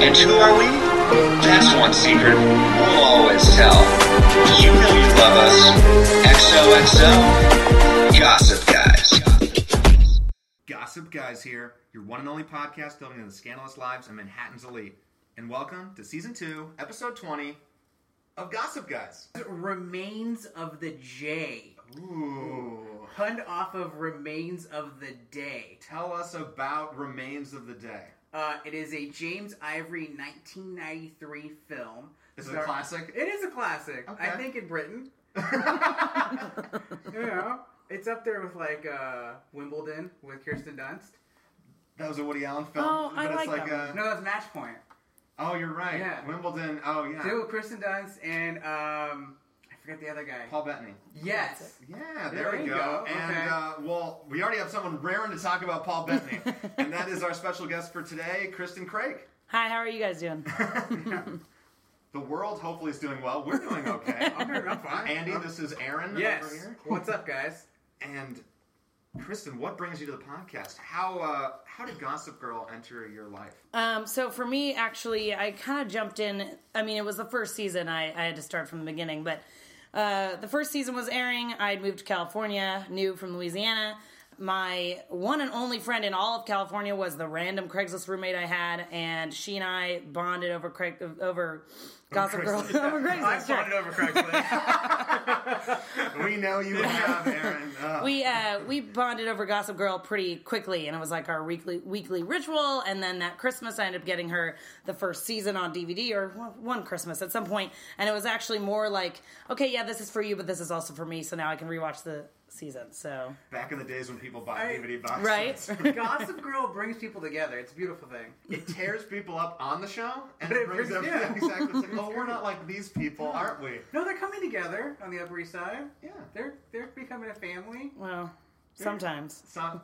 And who are we? That's one secret we'll always tell. You know you love us. XOXO, Gossip Guys. Gossip Guys here, your one and only podcast delving into the scandalous lives of Manhattan's elite. And welcome to season two, episode 20 of Gossip Guys. Remains of the J. Ooh. Punned off of Remains of the Day. Tell us about Remains of the Day. Uh, it is a James Ivory 1993 film. This is a Star- classic. It is a classic. I Okay. think in Britain. You know, it's up there with like uh, Wimbledon with Kirsten Dunst. That was a Woody Allen film. Oh, I but it's like like that a, No, that's Match Point. Oh, you're right. Yeah. Wimbledon. Oh, yeah. Two with Kirsten Dunst and um, I forget the other guy. Paul Bettany. Yes. Yeah, there, There we you go. go. And Okay. uh, well, we already have someone raring to talk about Paul Bettany, and that is our special guest for today, Kristen Craig. Hi, how are you guys doing? The world hopefully is doing well. We're doing okay. I'm doing- I'm fine. Andy, this is Aaron over Yes. here. What's up, guys? And Kristen, what brings you to the podcast? How uh, how did Gossip Girl enter your life? Um, so for me, actually, I kind of jumped in. I mean, it was the first season. I, I had to start from the beginning, but uh, the first season was airing. I'd moved to California, new from Louisiana. My one and only friend in all of California was the random Craigslist roommate I had, and she and I bonded over Craig over Gossip Girl Craigslist. over I Craigslist. sure. bonded over Craigslist. we know you have Aaron. Uh, we uh, we bonded over Gossip Girl pretty quickly, and it was like our weekly weekly ritual. And then that Christmas, I ended up getting her the first season on DVD, or one- one Christmas at some point, and it was actually more like, okay, yeah, this is for you, but this is also for me, so now I can rewatch the season. So back in the days when people bought I- DVD boxes, right, Gossip Girl brings people together. It's a beautiful thing. it tears people up on the show, and But it it brings them brings- yeah. yeah. exactly. It's like, oh, we're not like these people, aren't we? No, they're coming together on the Upper East Side. Yeah. They're they're becoming a family. well, sometimes. So,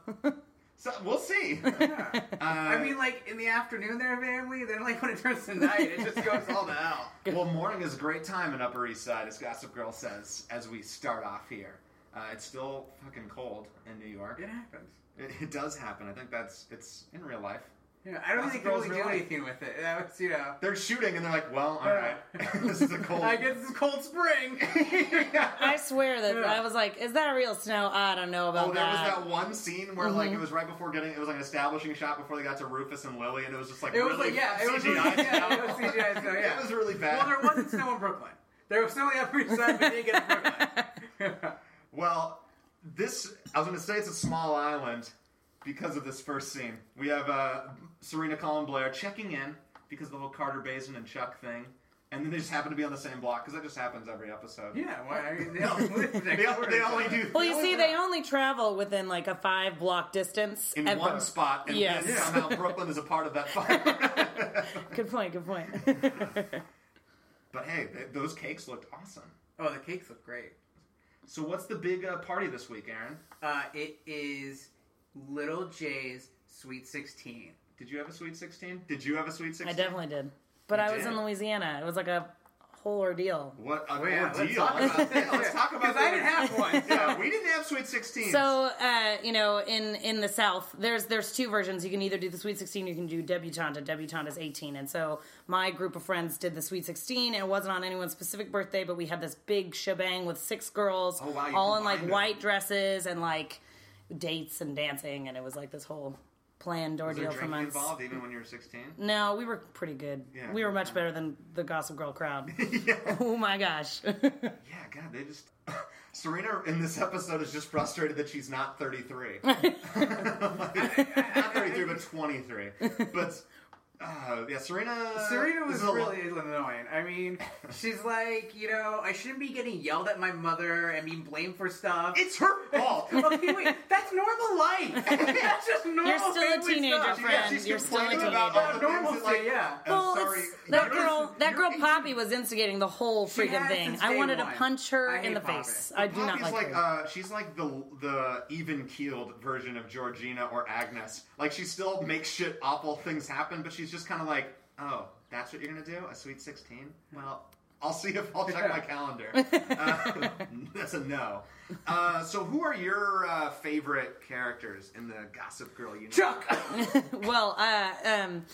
so we'll see. Yeah. I Uh, mean, like in the afternoon they're a family. Then like when it turns to night, it just goes all to hell. Well, morning is a great time in Upper East Side, as Gossip Girl says, as we start off here. Uh, it's still fucking cold in New York. It happens. It, it does happen. I think that's it's in real life. Yeah, I don't Gossip think they Girl's really do real life. anything with it. That was you know. They're shooting, and they're like, "Well, all right, this is a cold." I guess it's cold spring. I swear that Yeah. I was like, is that real snow? I don't know about Oh, there was that. that one scene where Mm-hmm. like it was right before getting it was like an establishing shot before they got to Rufus and Lily, and it was just like It was really like yeah, it was CGI. yeah, it was CGI. So yeah, It was really bad. Well, there wasn't snow in Brooklyn. There was snow on the Upper East Side, but they didn't get to Brooklyn. Well, this I was going to say it's a small island because of this first scene. We have uh, Serena Colin Blair checking in because of the whole Carter Basin and Chuck thing, and then they just happen to be on the same block because that just happens every episode. yeah, well, I mean, they all live next They, door all- to they each only other. do. well, you see, they only travel within like a five block distance. in ever. one spot, and Yes. then somehow Brooklyn is a part of that fire. Good point. Good point. but hey, th- those cakes looked awesome. Oh, the cakes look great. So what's the big uh, party this week, Aaron? Uh, it is Little J's Sweet 16. Did you have a Sweet Sixteen? Did you have a Sweet I Sixteen? definitely did. But You I was did? in Louisiana. It was like a whole ordeal. What an Oh, yeah, let's ordeal! talk about Yeah, this. let's talk about 'Cause I didn't have one, so- Yeah, we didn't have Sweet Sixteen. So uh, you know, in in the South, there's there's two versions. You can either do the Sweet 16, you can do debutante. Debutante is 18, and so my group of friends did the Sweet 16. It wasn't on anyone's specific birthday, but we had this big shebang with six girls, Oh, wow, you all in like combined them. white dresses and like dates and dancing, and it was like this whole planned Was there ordeal for drinking months. involved even when you were 16? No, we were pretty good. Yeah. we were much better than the Gossip Girl crowd. yeah. oh my gosh. Yeah, God, they just. Serena in this episode is just frustrated that she's not 33. not 33, but 23. But, uh, yeah, Serena. Serena this was is a lo- really annoying. I mean, she's like, you know, I shouldn't be getting yelled at my mother and being blamed for stuff. It's her fault! okay, wait, that's normal life. that's just normal. You're still a family teenager, stuff. friend. yeah, she's you're still a complaining about all the teenager. things that, like, Normalcy, yeah. I'm Well, sorry, it's, that you're- girl, that you're girl 18. Poppy was instigating the whole freaking has thing. since I day wanted one. to punch her I in hate the Poppy. face. I do not Poppy's like, like, her. uh, she's like the the even keeled version of Georgina or Agnes. Like she still makes shit awful things happen, but she's just kind of like, oh, that's what you're gonna do? A sweet sixteen? Well, I'll see if I'll check my calendar. Uh, that's a no. Uh, so, who are your uh, favorite characters in the Gossip Girl universe? Chuck. well, uh, um,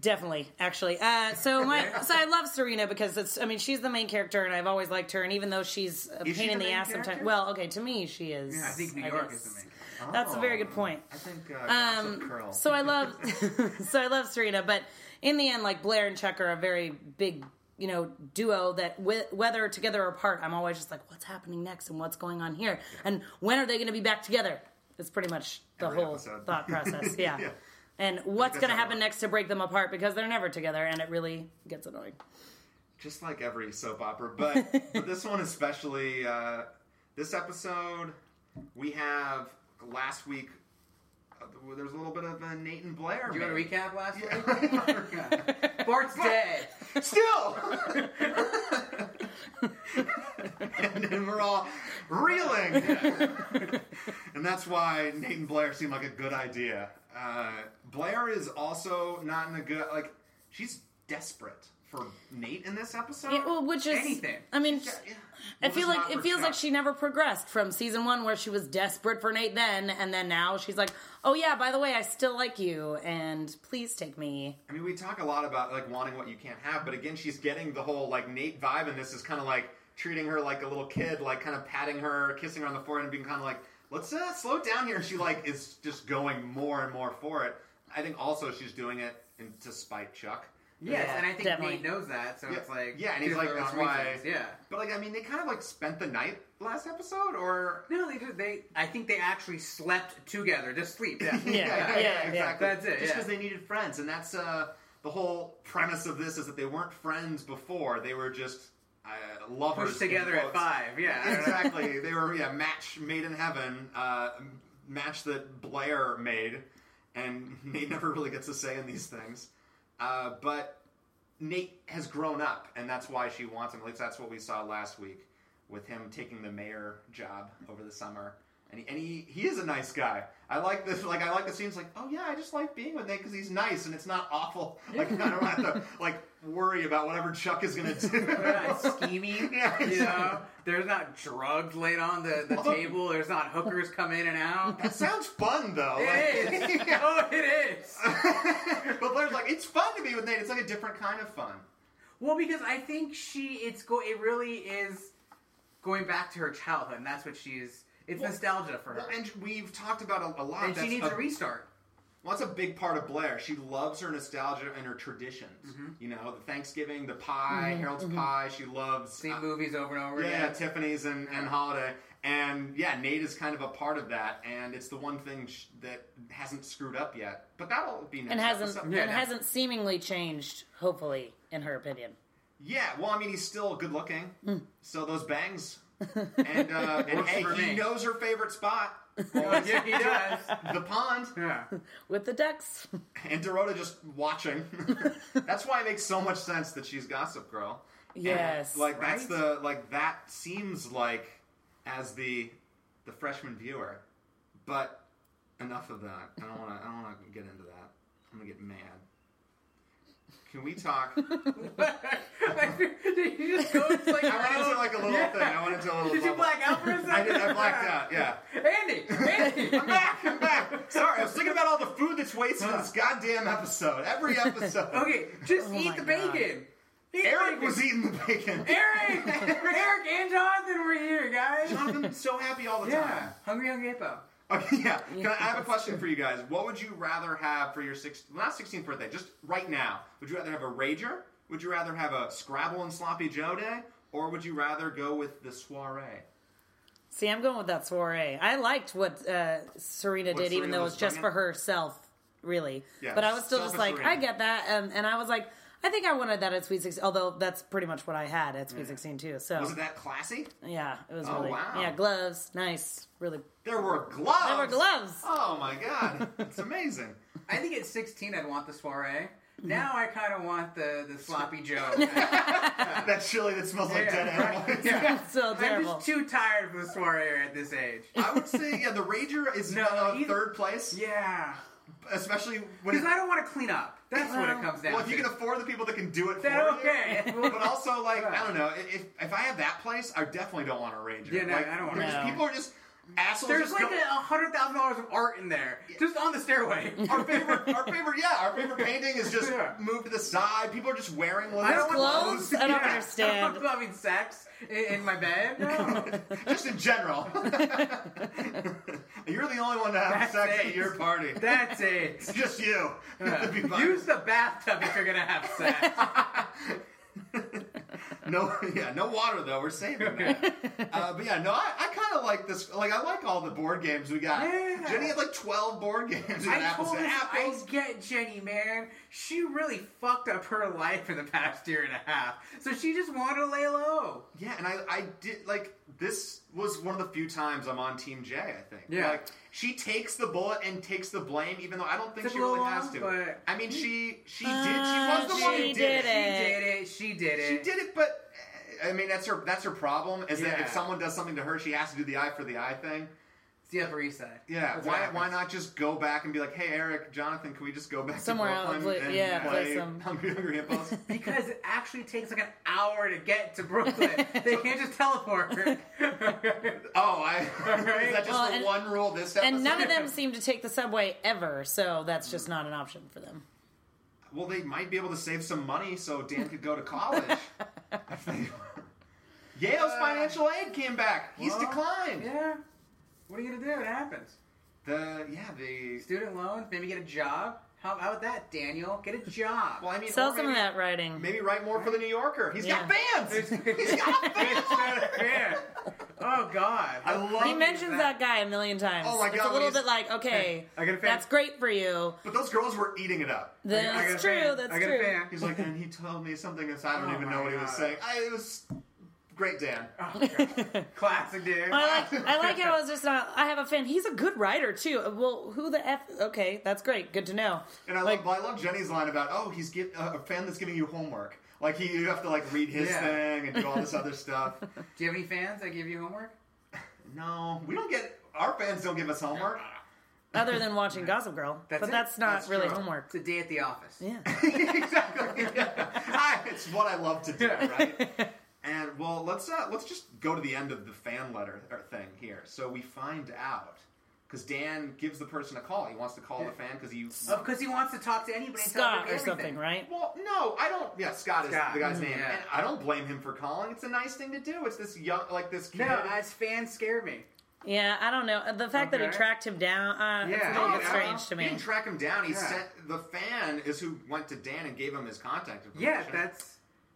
Definitely, actually. Uh, so my so I love Serena because it's. I mean, she's the main character, and I've always liked her. And even though she's a pain she in the the, main ass character? sometimes, well, okay, to me she is. I think New I York guess. is the main. character. That's a very good Oh. point. I think uh, Gossip Curl. Um, So I love, so I love Serena, but in the end, like Blair and Chuck are a very big, you know, duo that whe- whether together or apart, I'm always just like, what's happening next and what's going on here, and when are they going to be back together? It's pretty much the Every whole episode. thought process, yeah. Yeah. And what's that's going to how it happen works. next to break them apart because they're never together, and it really gets annoying. just like every soap opera, but, but this one especially. Uh, this episode, we have last week. Uh, there's a little bit of a Nate and Blair. Do you want maybe. to recap last Yeah. week? Bart's dead. Still. and then we're all reeling. and that's why Nate and Blair seem like a good idea. Uh, Blair is also not in a good like. She's desperate for Nate in this episode. Yeah, well, which is Anything. I mean, Yeah, yeah. I Well, feel it's like not it feels for like Chuck. she never progressed from season one, where she was desperate for Nate then, and then now she's like, "Oh yeah, by the way, I still like you, and please take me." I mean, we talk a lot about like wanting what you can't have, but again, she's getting the whole like Nate vibe, and this is kind of like treating her like a little kid, like kind of patting her, kissing her on the forehead, and being kind of like, "Let's uh, slow down here." And she like is just going more and more for it. I think also she's doing it in, to spite Chuck. Yes, and I think Definitely. Nate knows that, so Yeah. it's like Yeah, and he's do it like, for the that's wrong why- reasons. Yeah. But like, I mean, they kind of like spent the night last episode, or No, they just they. I think they actually slept together, just sleep. Yeah. yeah, yeah. exactly. That's it, Just yeah. because they needed friends, and that's uh, the whole premise of this is that they weren't friends before; they were just uh, lovers Pushed together in at quotes. five. Yeah. I don't know. exactly. they were yeah, match made in heaven, uh, m- match that Blair made, and Nate never really gets a say in these things. Uh, but Nate has grown up, and that's why she wants him. At least that's what we saw last week with him taking the mayor job over the summer. And he, and he, he is a nice guy. I like this. Like I like the scenes. Like oh yeah, I just like being with Nate because he's nice and it's not awful. Like I don't have to like worry about whatever Chuck is gonna do. They're not scheming. Yeah, Oh. You know, there's not drugs laid on the, the Although- table. There's not hookers come in and out. That sounds fun though. It is. Like- Yeah. Oh, it is. but Blair's like, it's fun to be with Nate. It's like a different kind of fun. Well, because I think she, it's go. It really is going back to her childhood, and that's what she's. It's Well- nostalgia for her, And we've talked about a, a lot. and she that's needs a, a restart. Well, that's a big part of Blair. She loves her nostalgia and her traditions. Mm-hmm. You know, the Thanksgiving, the pie, Harold's pie. She loves See uh, movies over and over yeah, again. Tiffany's and, and Holiday. And yeah, Nate is kind of a part of that, and it's the one thing sh- that hasn't screwed up yet. But that'll be next And hasn't episode. and Yeah. hasn't seemingly changed, hopefully, in her opinion. Yeah, well, I mean, he's still good looking. Hmm. So those bangs. And, uh, and Works hey, for he me. knows her favorite spot. Always yeah, he does. the pond. Yeah. With the ducks, And Dorota just watching. that's why it makes so much sense that she's Gossip Girl. And, Yes, like that's right? the like that seems like as the the freshman viewer. But enough of that. I don't wanna I don't wanna get into that. I'm gonna get mad. Can we talk? Did you just go into like? I went into like a little thing. I went into a little Did you bubble. black out for a second? I did I blacked out, yeah. Andy, Andy, I'm back, I'm back. Sorry, I was thinking about all the food that's wasted in this goddamn episode. Every episode. Okay, just Oh eat my the God. bacon. Eat Eric bacon. was eating the bacon. Eric, Eric, and Jonathan were here, guys. Jonathan's so happy all the Yeah, hungry, hungry hippo. time. Okay, yeah. Can I, I have a question for you guys. What would you rather have for your six, well, not 16th birthday, just right now? Would you rather have a Rager? Would you rather have a Scrabble and Sloppy Joe day? Or would you rather go with the soiree? see, I'm going with that soiree. I liked what uh, Serena What did, even Serena though it was was just bringing? for herself, really. Yeah, but I was still selfish just like, Serena. I get that, and, and I was like, I think I wanted that at Sweet Sixteen. Although that's pretty much what I had at Sweet Sixteen too. So Was it that classy? Yeah, it was Oh, really. wow. Yeah, gloves, nice, really. There were gloves. There were gloves. Oh my god, it's amazing. I think at 16 I'd want the soiree. Now I kind of want the, the sloppy Joe. that chili that smells like dead animals. Yeah. So I'm terrible. just too tired for the soiree at this age. I would say, yeah, the Rager is No, uh, he- third place, Yeah, especially when. because I don't want to clean up. That's what it Well, comes down well, if to. you can afford the people that can do it for Then you. okay. But also, like, I don't know. i- If, if I have that place, I definitely don't want a Ranger. Yeah, no, like, I don't want there's a Ranger. People are just assholes. There's just like go- a hundred thousand dollars of art in there, just on the stairway. our favorite, our favorite, yeah, our favorite painting is just Yeah. moved to the side. People are just wearing loose don't Clothes? I don't Yeah. understand. I'm having sex in, in my bed. No. just in general. You're the only one to have That's sex it. at your party. That's it. just you. It'd be fun. Use the bathtub if you're gonna have sex. No, yeah, no water though. We're saving that. uh, but yeah, no, I, I kind of like this. Like, I like all the board games we got. Yeah. Jenny had like twelve board games. in I apples told to her, I apples. get Jenny, man. She really fucked up her life in the past year and a half, so she just wanted to lay low. Yeah, and I, I did like this was one of the few times I'm on Team J. I think. Yeah. Like, she takes the bullet and takes the blame, even though I don't think Took she a little really has while, to. but- I mean, she she did. She Uh, was the one she who did did it. it. She did it. She did She it. did it, but uh, I mean, that's her that's her problem. Is that Yeah. if someone does something to her, she has to do the eye for the eye thing. It's the Upper East Side. Yeah, That's what why, happens. why not just go back and be like, hey, Eric, Jonathan, can we just go back Somewhere to else, Brooklyn like, and yeah, play play, some- Hungry Hungry Hippos? Because it actually takes like an hour to get to Brooklyn. they can't just teleport. oh, I, is that just Well, the and- one rule this episode? And none of them seem to take the subway ever, so that's just not an option for them. well, they might be able to save some money so Dan could go to college. If they- Yale's financial aid came back. He's Well, declined. yeah. What are you gonna do? It happens. The yeah the Student loans. Maybe get a job. How about that, Daniel? Get a job. well I mean Sell or some maybe, of that writing. Maybe write more for the New Yorker. He's got Yeah. fans. He's got fans. It's not fair. Oh God. I love. he mentions that guy a million times. Oh my it's God, a little when bit he's- like, okay, I got a fan. that's great for you. But those girls were eating it up. I got- I got That's a fan. true. That's I got a true. fan. He's like, and he told me something that's I don't Oh even my know what he was God. saying. I, it was great, Dan. Classic dude. I like I like how it's just not. I have a fan. He's a good writer too. Uh, Well, who the f? Okay, that's great. Good to know. And I Like- love, I love Jenny's line about, oh, he's get, uh, a fan that's giving you homework. Like he, you have to like read his Yeah. thing and do all this other stuff. Do you have any fans that give you homework? No, we don't get our fans don't give us homework. Other than watching Gossip Girl, That's but it. that's not That's really true. homework. It's a day at the office. Yeah. exactly. Yeah. I, it's what I love to do, right? And well, let's uh, let's just go to the end of the fan letter or thing here. So we find out because Dan gives the person a call. He wants to call the fan because he Because he wants to talk to anybody. and tell Scott everybody or something, everything. right? Well, no, I don't. Yeah, Scott is Scott. the guy's Mhm. name, Yeah. and I don't blame him for calling. It's a nice thing to do. It's this young, like this kid. No, as fans scare me. Yeah, I don't know. Uh, The fact that he Okay. tracked him down, uh, it's a Yeah. little Oh, bit yeah. strange to He me. didn't track him down. He Yeah. sent the fan is who went to Dan and gave him his contact information. Yeah, that's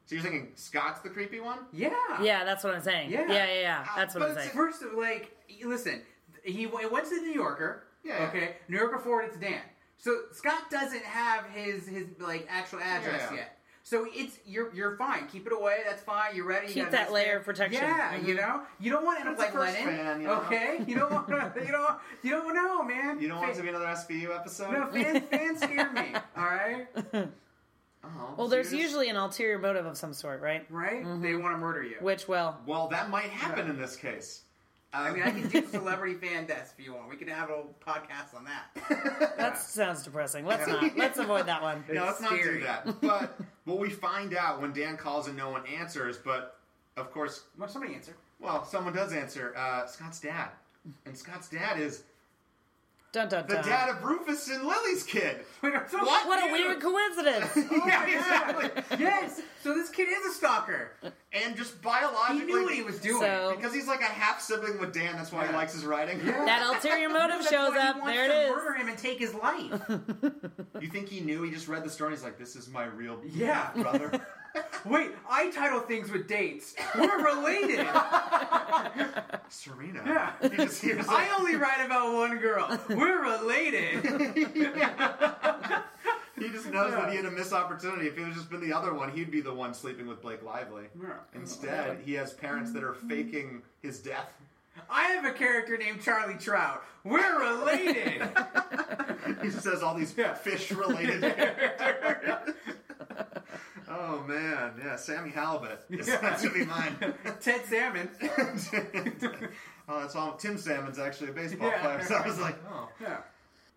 so you're thinking Scott's the creepy one. yeah. Yeah, that's what I'm saying. Yeah, Yeah. yeah, yeah. That's what But I'm it's saying. First of like, listen, he it went to the New Yorker. Yeah. Okay. New Yorker forwarded to Dan. So Scott doesn't have his his like actual address Yeah. yet. So it's you're you're fine. Keep it away. That's fine. You're ready. You Keep got that this layer thing. of protection. Mm-hmm. Yeah, you know you don't want to end up It's the like first Lennon. fan, you know? Okay, you don't want to. You don't. You don't know, man. You don't want it to be Fan- another SVU episode. Uh-huh. No, fans, fans scare me. All right, Oh, Well, so there's you're just- usually an ulterior motive of some sort, right? right? They want to murder you. Which, Mm-hmm. well, Well, that might happen in this case. Um, I mean, I can do celebrity fan desk if you want. We could have a whole podcast on that. that sounds depressing. Let's not. Let's avoid that one. No, let's It's not do scary. that. But well, we find out when Dan calls and no one answers. But of course, Well, somebody answer. Well, someone does answer. Uh, Scott's dad. And Scott's dad is Dun dun the dun. dad of Rufus and Lily's kid. Wait, I'm so- What? what a weird coincidence. yeah, Yeah. exactly. yes. So this kid is a stalker. And just He biologically. knew what he was doing. So- Because he's like a half sibling with Dan, that's why he Yeah. likes his writing. that ulterior motive That's shows why he up. wants There to it is. Murder him and take his life. You think he knew? He just read the story and he's like, this is my real Yeah. brother. Wait, I title things with dates. We're related. Serena. Yeah. He just hears it. I only write about one girl. We're related. He just knows that he had a missed opportunity. If it was just been the other one, he'd be the one sleeping with Blake Lively. Yeah. Mm-hmm. Instead, he has parents that are faking his death. I have a character named Charlie Trout. We're related. He says all these fish related characters. Oh man, yeah, Sammy Halibut. That's gonna be mine. Ted Salmon. oh, that's all. Tim Salmon's actually a baseball Yeah. player, so I was like, oh. Yeah.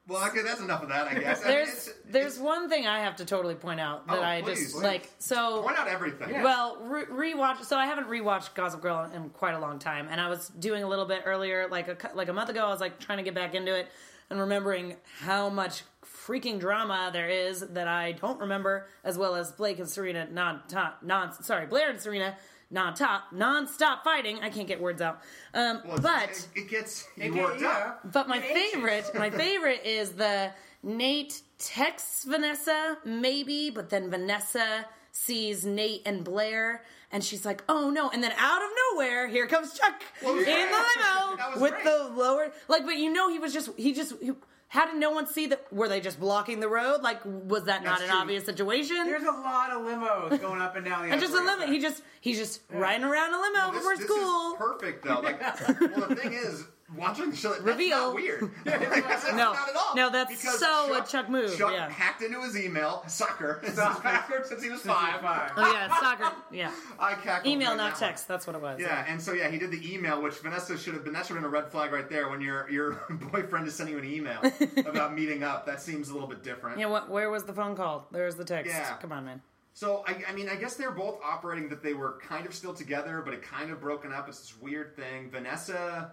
Well, okay, that's enough of that, I guess. I mean, There's it's- there's one thing I have to totally point out that Oh, I please, just please. like so point out everything. Well, re- rewatch. So I haven't rewatched Gossip Girl in quite a long time, and I was doing a little bit earlier, like a cou- like a month ago. I was like trying to get back into it and remembering how much freaking drama there is that I don't remember, as well as Blake and Serena non top non sorry Blair and Serena non top non stop fighting. I can't get words out. Um, Well, it's- but it, it gets you It- worked yeah. up. but my It ages. favorite, my favorite is the Nate texts Vanessa, maybe, but then Vanessa sees Nate and Blair, and she's like, "Oh no!" And then out of nowhere, here comes Chuck Well, in yeah. the That limo was with great. the lower, like, but you know, he was just, he just. He, how did no one see that? Were they just blocking the road? Like, was that not That's an true. obvious situation? There's a lot of limos going up and down the. and just a Upper East limo. Side. He just, he's just riding around a limo This, before this school. is perfect though. Like, well, the thing is, watching the show that's Reveal. not weird. Like, that's No. not at all. No, that's Because so a Chuck move, Chuck yeah. hacked into his email soccer. This is Soccer. backward since he was This is five. fine. oh yeah, soccer. Yeah, I cackled email, during not that one. text. That's what it was. Yeah, and so yeah, he did the email, which Vanessa should have been. That should have been a red flag right there when your your boyfriend is sending you an email about meeting up. That seems a little bit different. Yeah, what? Where was the phone call? There's the text. Yeah. Come on, man. So I, I mean, I guess they're both operating that they were kind of still together, but it kind of broken up. It's this weird thing. Vanessa,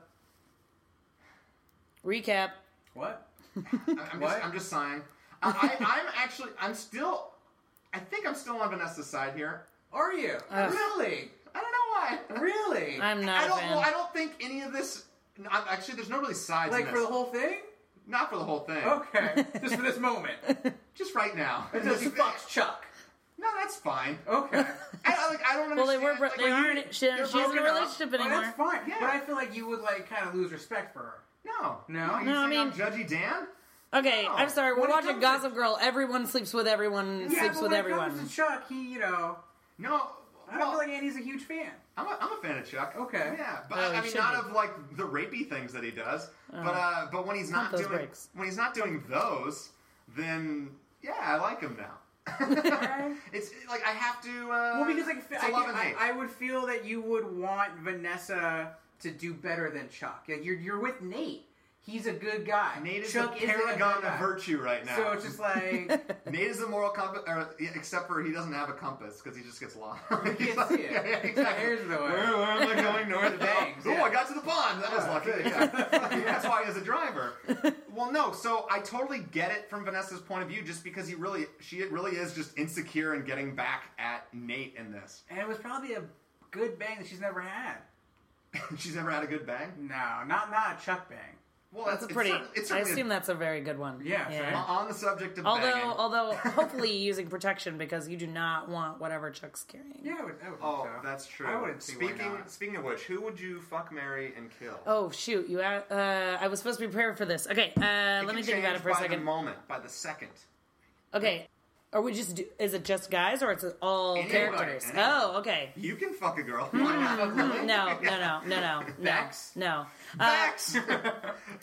Recap. what? I- I'm just, What? I'm just sighing. I, I, I'm actually, I'm still, I think I'm still on Vanessa's side here. Are you really? I don't know why. Really? I'm not. I a don't. fan. Well, I don't think any of this. no, I'm- Actually, there's no really sides. like in for this. the whole thing? not for the whole thing. Okay, just for this moment. Just right now. Until she fucks Oh. Chuck. No, that's fine. Okay. I, I, like, I don't understand. well, they were. Bro- like, they when you- aren't. She, they're she's in a broken up. relationship Well, anymore. Oh, that's fine. Yeah. But I feel like you would like kind of lose respect for her. No, No? You No, I think I'm mean- Judgy Dan. Okay, No. I'm sorry. We're When it watching comes to- Gossip Girl. Everyone sleeps with everyone. yeah, sleeps but with when everyone. it comes to Chuck, he, you know, No. I don't well, uh, feel like Andy's a huge fan. I'm a, I'm a fan of Chuck. Okay. Yeah, but Oh, you I mean, should not be. Oh. of like the rapey things that he does. But uh, but when he's not those doing breaks. when he's not doing those, then yeah, I like him now. Okay. it's like I have to. Uh, Well, because like it's I, a love and I, hate. I would feel that you would want Vanessa to do better than Chuck. Like you're you're with Nate. He's a good guy. Nate is Chuck the isn't a paragon good of guy. virtue right now. So it's just like Nate is the moral compass, or, yeah, except for he doesn't have a compass because he just gets lost. He's can't like, see it. Yeah, yeah, exactly. Here's the way. Where, where am I going north? Thanks, oh, yeah. I got to the pond. That was lucky. Yeah. That's why he is a driver. Well, no. So I totally get it from Vanessa's point of view, just because he really, she really is just insecure and getting back at Nate in this. And it was probably a good bang that she's never had. She's never had a good bang. No, not not a Chuck bang. Well, that's a pretty. It's, cer- it's I certainly a- assume that's a very good one. Yeah, right? on the subject of Although, banging. although, hopefully using protection because you do not want whatever Chuck's carrying. Yeah, I would, I would Oh, think so. that's true. I wouldn't see speaking why not. speaking of which, who would you fuck, marry, and kill? Oh shoot! You. a- Uh, I was supposed to be prepared for this. Okay, uh, let can me think about change it for a by The second. moment, by the second. Okay, are we just? Do, is it just guys or it's all Anybody, characters? anyone. Oh, okay. You can fuck a girl. Why not? No, no, no, no, no, no, Vax? no. Hmm. Uh, Facts.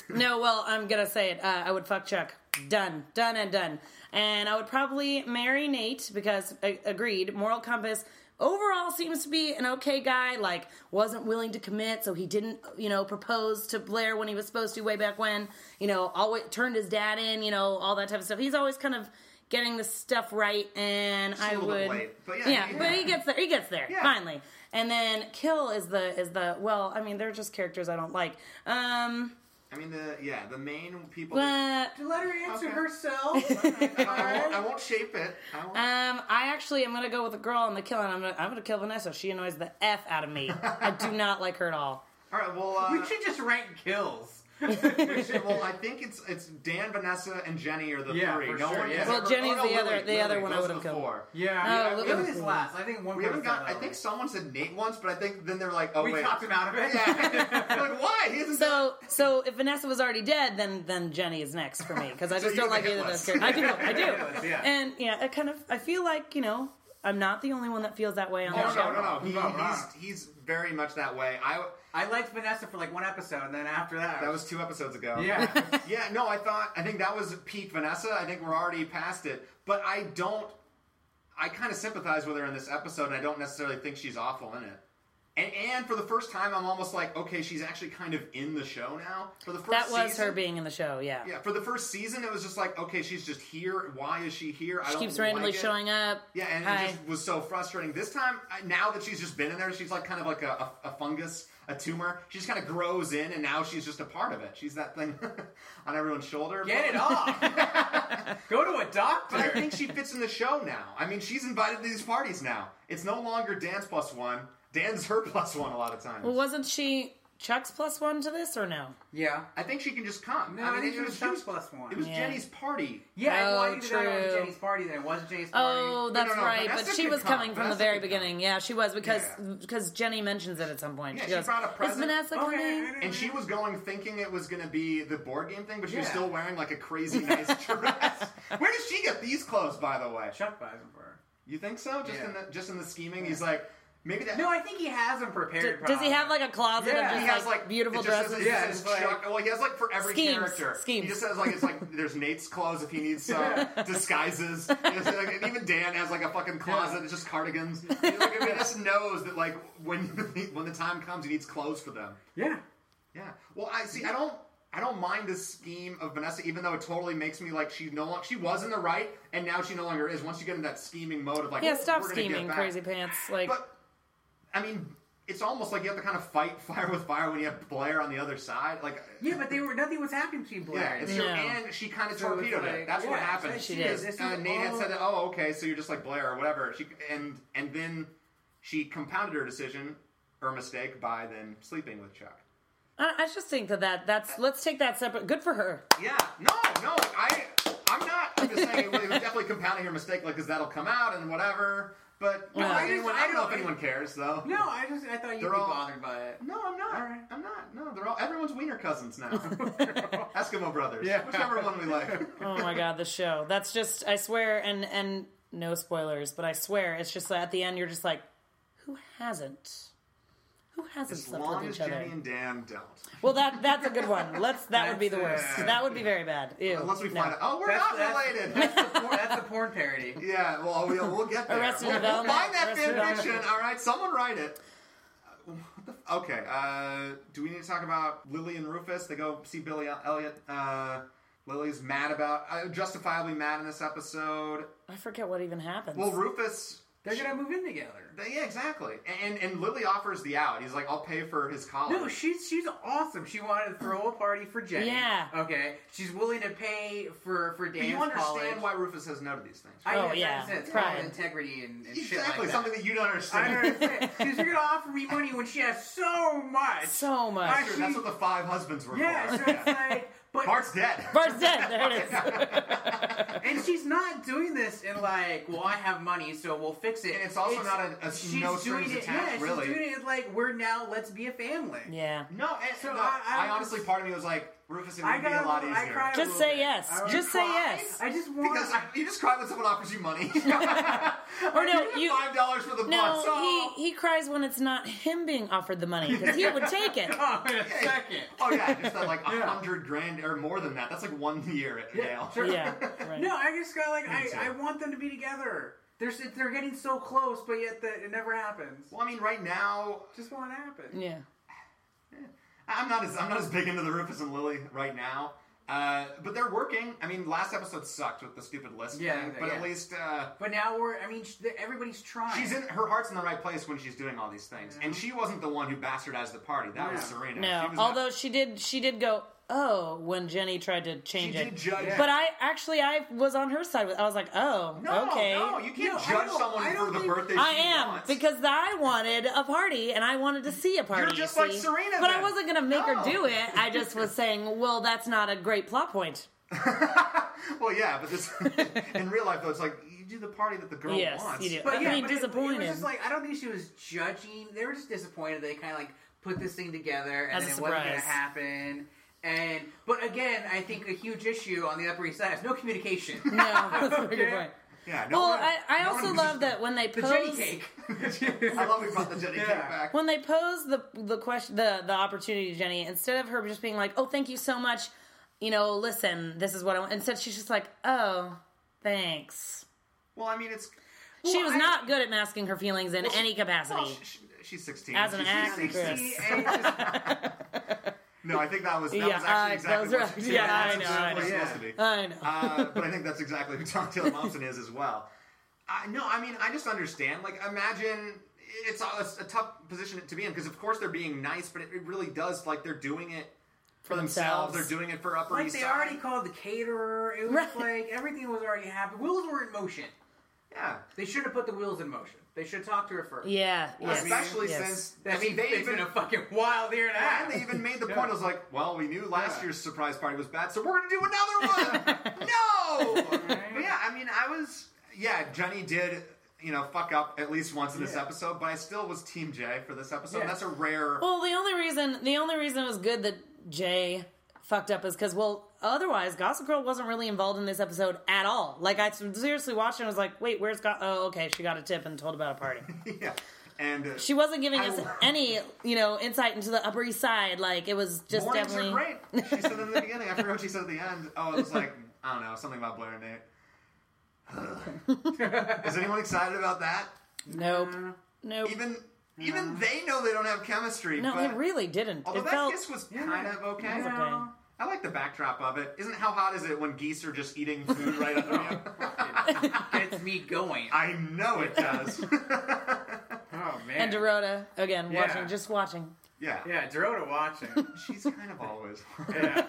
No, well, I'm gonna say it. Uh, I would fuck Chuck. Done, done, and done. And I would probably marry Nate because a- agreed. Moral compass overall seems to be an okay guy. Like wasn't willing to commit, so he didn't, you know, propose to Blair when he was supposed to way back when. You know, always turned his dad in. You know, all that type of stuff. He's always kind of getting the stuff right, and a I little bit would. late, but yeah, yeah, yeah. but he gets there. He gets there Yeah. finally. And then kill is the is the well. I mean, they're just characters I don't like. Um. I mean, the yeah, the main people. that- But To let her answer Okay. I, herself. won't, I Alright. won't shape it. I won't. um, I actually am gonna go with a girl on the kill, and I'm gonna, I'm gonna kill Vanessa. She annoys the f out of me. I do not like her at all. All right. Well, uh, we should just rank kills. we should- well, I think it's it's Dan, Vanessa, and Jenny are the Yeah, three. for No sure, one yeah. has Well, ever- Jenny's oh, no, the other- Lily, the other Lily, one I those are would've the killed. four. Yeah, Uh, uh, Lily- Lily's last. I think one. We haven't person's got. I last. think someone said Nate once, but I think then they're like, oh we wait, talked him out of it. Yeah. They're like why? He isn't So, so if Vanessa was already dead, then then Jenny is next for me because I So just you don't have like a hit either of those list. characters. I do, I You have a hit list, do, yeah. and yeah, I kind of I feel like you know I'm not the only one that feels that way on Oh that no, show. no, no. He, No, we're he's not. he's very much that way. I I liked Vanessa for like one episode, and then after that, that was two episodes ago. yeah. yeah, no, I thought I think that was peak Vanessa. I think we're already past it. But I don't I kind of sympathize with her in this episode and I don't necessarily think she's awful in it. And, and for the first time, I'm almost like, okay, she's actually kind of in the show now. For the first That was season, her being in the show, yeah. Yeah, for the first season, it was just like, okay, she's just here. Why is she here? I She don't keeps randomly like it. showing up. Yeah, and Hi. it just was so frustrating. This time, I- now that she's just been in there, she's like kind of like a, a, a fungus, a tumor. She just kind of grows in, and now she's just a part of it. She's that thing on everyone's shoulder. Get it off. Go to a doctor. But I think she fits in the show now. I mean, she's invited to these parties now. It's no longer Dan's plus one. Dan's her plus one a lot of times. Well, wasn't she Chuck's plus one to this or no? yeah. I think she can just come. No, I mean, I think it she was Jenny's- Chuck's plus one. It was Yeah. Jenny's party. Yeah, Oh, well, I did that on true. Jenny's party then. It wasn't Jenny's party. Oh, no, that's no, right. Vanessa but she could was come. coming from the Vanessa very could come. beginning. Yeah, she was because Yeah. because Jenny mentions it at some point. Yeah, she she goes, brought a "Is present." Oh, Vanessa Okay, coming?" I And she was going thinking it was going to be the board game thing, but she was Yeah. still wearing like a crazy nice dress. Where did she get these clothes, by the way? Chuck buys them for her. You think so? Just Yeah. in the just in the scheming, he's like maybe that. No, I think he has them prepared. Does he have like a closet Yeah. of he just has like, like beautiful it just dresses? says- it Yeah, says it's like- Chuck- well, he has like for every Schemes, character. schemes. He just says like it's like there's Nate's clothes if he needs some disguises. It's like- and even Dan has like a fucking closet. Yeah. It's just cardigans. He's like, I mean, this knows that like when when the time comes, he needs clothes for them. yeah. Yeah. Well, I see. I don't. I don't mind the scheme of Vanessa, even though it totally makes me like she no longer she was in the right, and now she no longer is. Once you get in that scheming mode of like, yeah, "Oh, stop we're gonna get scheming, back." crazy pants. Like, But I mean, it's almost like you have to kind of fight fire with fire when you have Blair on the other side. Like, Yeah, but they were nothing was happening to yeah, Blair. it's No. true. And she kind of So it's torpedoed like- it. That's what yeah, happened. she did. Because, This is uh, Nate had all- said, "Oh, okay, so you're just like Blair or whatever." She and and then she compounded her decision or mistake by then sleeping with Chuck. I, I just think that, that that's let's take that separate. Good for her. Yeah. No, no. Like, I, I'm not. I'm just saying it was definitely compounding her mistake, like, because that'll come out and whatever. But No, I, I just- anyone, I, I don't know if don't- anyone cares, though. No, I just I thought you'd They're be all- bothered by it. No, I'm not. All right. I'm not. No, they're all everyone's wiener cousins now. Eskimo brothers. Yeah. Whichever one we like. Oh my god, the show. That's just I swear, and and no spoilers, but I swear it's just that at the end you're just like, who hasn't? Who hasn't As slept long with as each other? Jenny and Dan don't. Well, that that's a good one. Let's that would be the That's, worst. uh, that would be very bad. Ew, Unless we no. find out. Oh, we're not related. That's, the por- that's the porn parody. yeah, well, we'll, we'll get there. Arrested we'll, we'll Development, find that Arrested fan fiction. Development. All right, someone write it. Uh, what the f- Okay, uh, do we need to talk about Lily and Rufus? They go see Billy Elliot. Uh, Lily's mad about, uh, justifiably mad in this episode. I forget what even happens. Well, Rufus They're gonna move in together. They- Yeah, exactly. And and Lily offers the out. He's like, I'll pay for his college. No, she's she's awesome. She wanted to throw a party for Jenny. Yeah. Okay. She's willing to pay for for But Dan's you understand college. why Rufus says no to these things. I Oh, understand yeah, it's- It's pride. called integrity and, and shit exactly, like that. something that you don't I don't understand. understand because you're gonna offer me money when she has so much. so much. I- Sure, That's what the five husbands were yeah, so for. it's like, but Bart's dead. Bart's dead. There it is. and she's not doing this in like, well, I have money, so we'll fix it. And it's also not a- a she's no doing strings it, attached, Yeah, really. she's doing it like we're now let's be a family. Yeah. No, and, So no, I- I, I honestly, part of me was like, Rufus, it would I be a got lot I easier. cried a Just little say bit. yes. I was- Just say cried? yes. I just want. because I, you just cry when someone offers you money. Or no, you. five dollars for the bus. Oh, No, he he cries when it's not him being offered the money because he would take it. oh, wait a second. Oh yeah, just that like a Yeah. hundred grand or more than that. That's like one year at Yale. sure. Yeah. Right. No, I just got like too. I, I want them to be together. They're s- they're getting so close, but yet the, it never happens. Well, I mean, right now, Just won't happen. Yeah. I'm not as I'm not as big into the Rufus and Lily right now, uh, but they're working. I mean, last episode sucked with the stupid list Yeah, thing, yeah, but at yeah. least uh, But now we're I mean sh- the- everybody's trying. she's in her heart's in the right place when she's doing all these things, and she wasn't the one who bastardized the party. That was No. Serena. She No. was not- Although she did she did go oh when Jenny tried to she change it. did judge. But I actually I was on her side with I was like, "Oh, no, okay." no, you can't No, I judge don't- I someone for don't the think- birthday. I she am wants. because I wanted a party and I wanted to see a party. You're just you like see? Serena, But I then. wasn't going to make No. her do it. I just was saying, "Well, that's not a great plot point." well, yeah, but this in real life though, it's like you do the party that the girl Yes, wants. you do. but I'm yeah, being but it- It, disappointed. was just like I don't think she was judging. They were just disappointed. They kind of like put this thing together and As a then it wasn't going surprise. to happen. And but again, I think a huge issue on the Upper East Side is no communication. No, that's a very good Okay. point. Yeah. No Well, one- I, I no also one- love that when they the pose Jenny cake. I love we brought the Jenny Yeah. cake back. when they pose the the question the the opportunity to Jenny, instead of her just being like, "Oh, thank you so much," you know, listen, this is what I want. Instead, she's just like, "Oh, thanks." Well, I mean, it's she Well, was I- not good at masking her feelings in any capacity. Well, she, she- she's 16. As an She's actress. 16. See, and it's just- No, I think that was that Yeah, was I- actually exactly that was what right. she did. Yeah, I That's know, exactly I what know. it's supposed to be. I know. Uh, but I think that's exactly who Tom Taylor Momsen is as well. I, no, I mean I just understand. Like, imagine it's a, it's a tough position to be in because of course they're being nice, but it, it really does like they're doing it for themselves. themselves. They're doing it for Upper like East they Side. already called the caterer. It was Right. like everything was already happening. Wheels were in motion. yeah. They should have put the wheels in motion. They should have talked to her first. Yeah. yes, Especially yes. since That I mean they it's even been a fucking wild year and a half. and they even made the Yeah. point. I was like, well, we knew last Yeah. year's surprise party was bad, so we're gonna do another one. no, but yeah, I mean, I was yeah, Jenny did you know fuck up at least once in this Yeah. episode, but I still was Team J for this episode. Yeah. That's a rare. Well, the only reason the only reason it was good that Jay fucked up is because well, otherwise Gossip Girl wasn't really involved in this episode at all. Like I seriously watched it and was like, wait, where's Go? Oh, okay, she got a tip and told about a party. yeah, and uh, She wasn't giving I us love- any you know insight into the Upper East Side. Like it was just mornings definitely are great. She said in the beginning. I forgot what she said at the end. Oh, it was like I don't know something about Blair and Nate. Is anyone excited about that? nope, Mm-hmm. nope. Even even they know they don't have chemistry. no, but it really didn't. Although It that felt kiss was kind of okay. It was okay. I like the backdrop of it. Isn't how hot is it when geese are just eating food right under you? Gets me going. I know it does. Oh man. And Dorota again Yeah. watching, just watching. yeah. yeah, Dorota watching. She's kind of always. Yeah.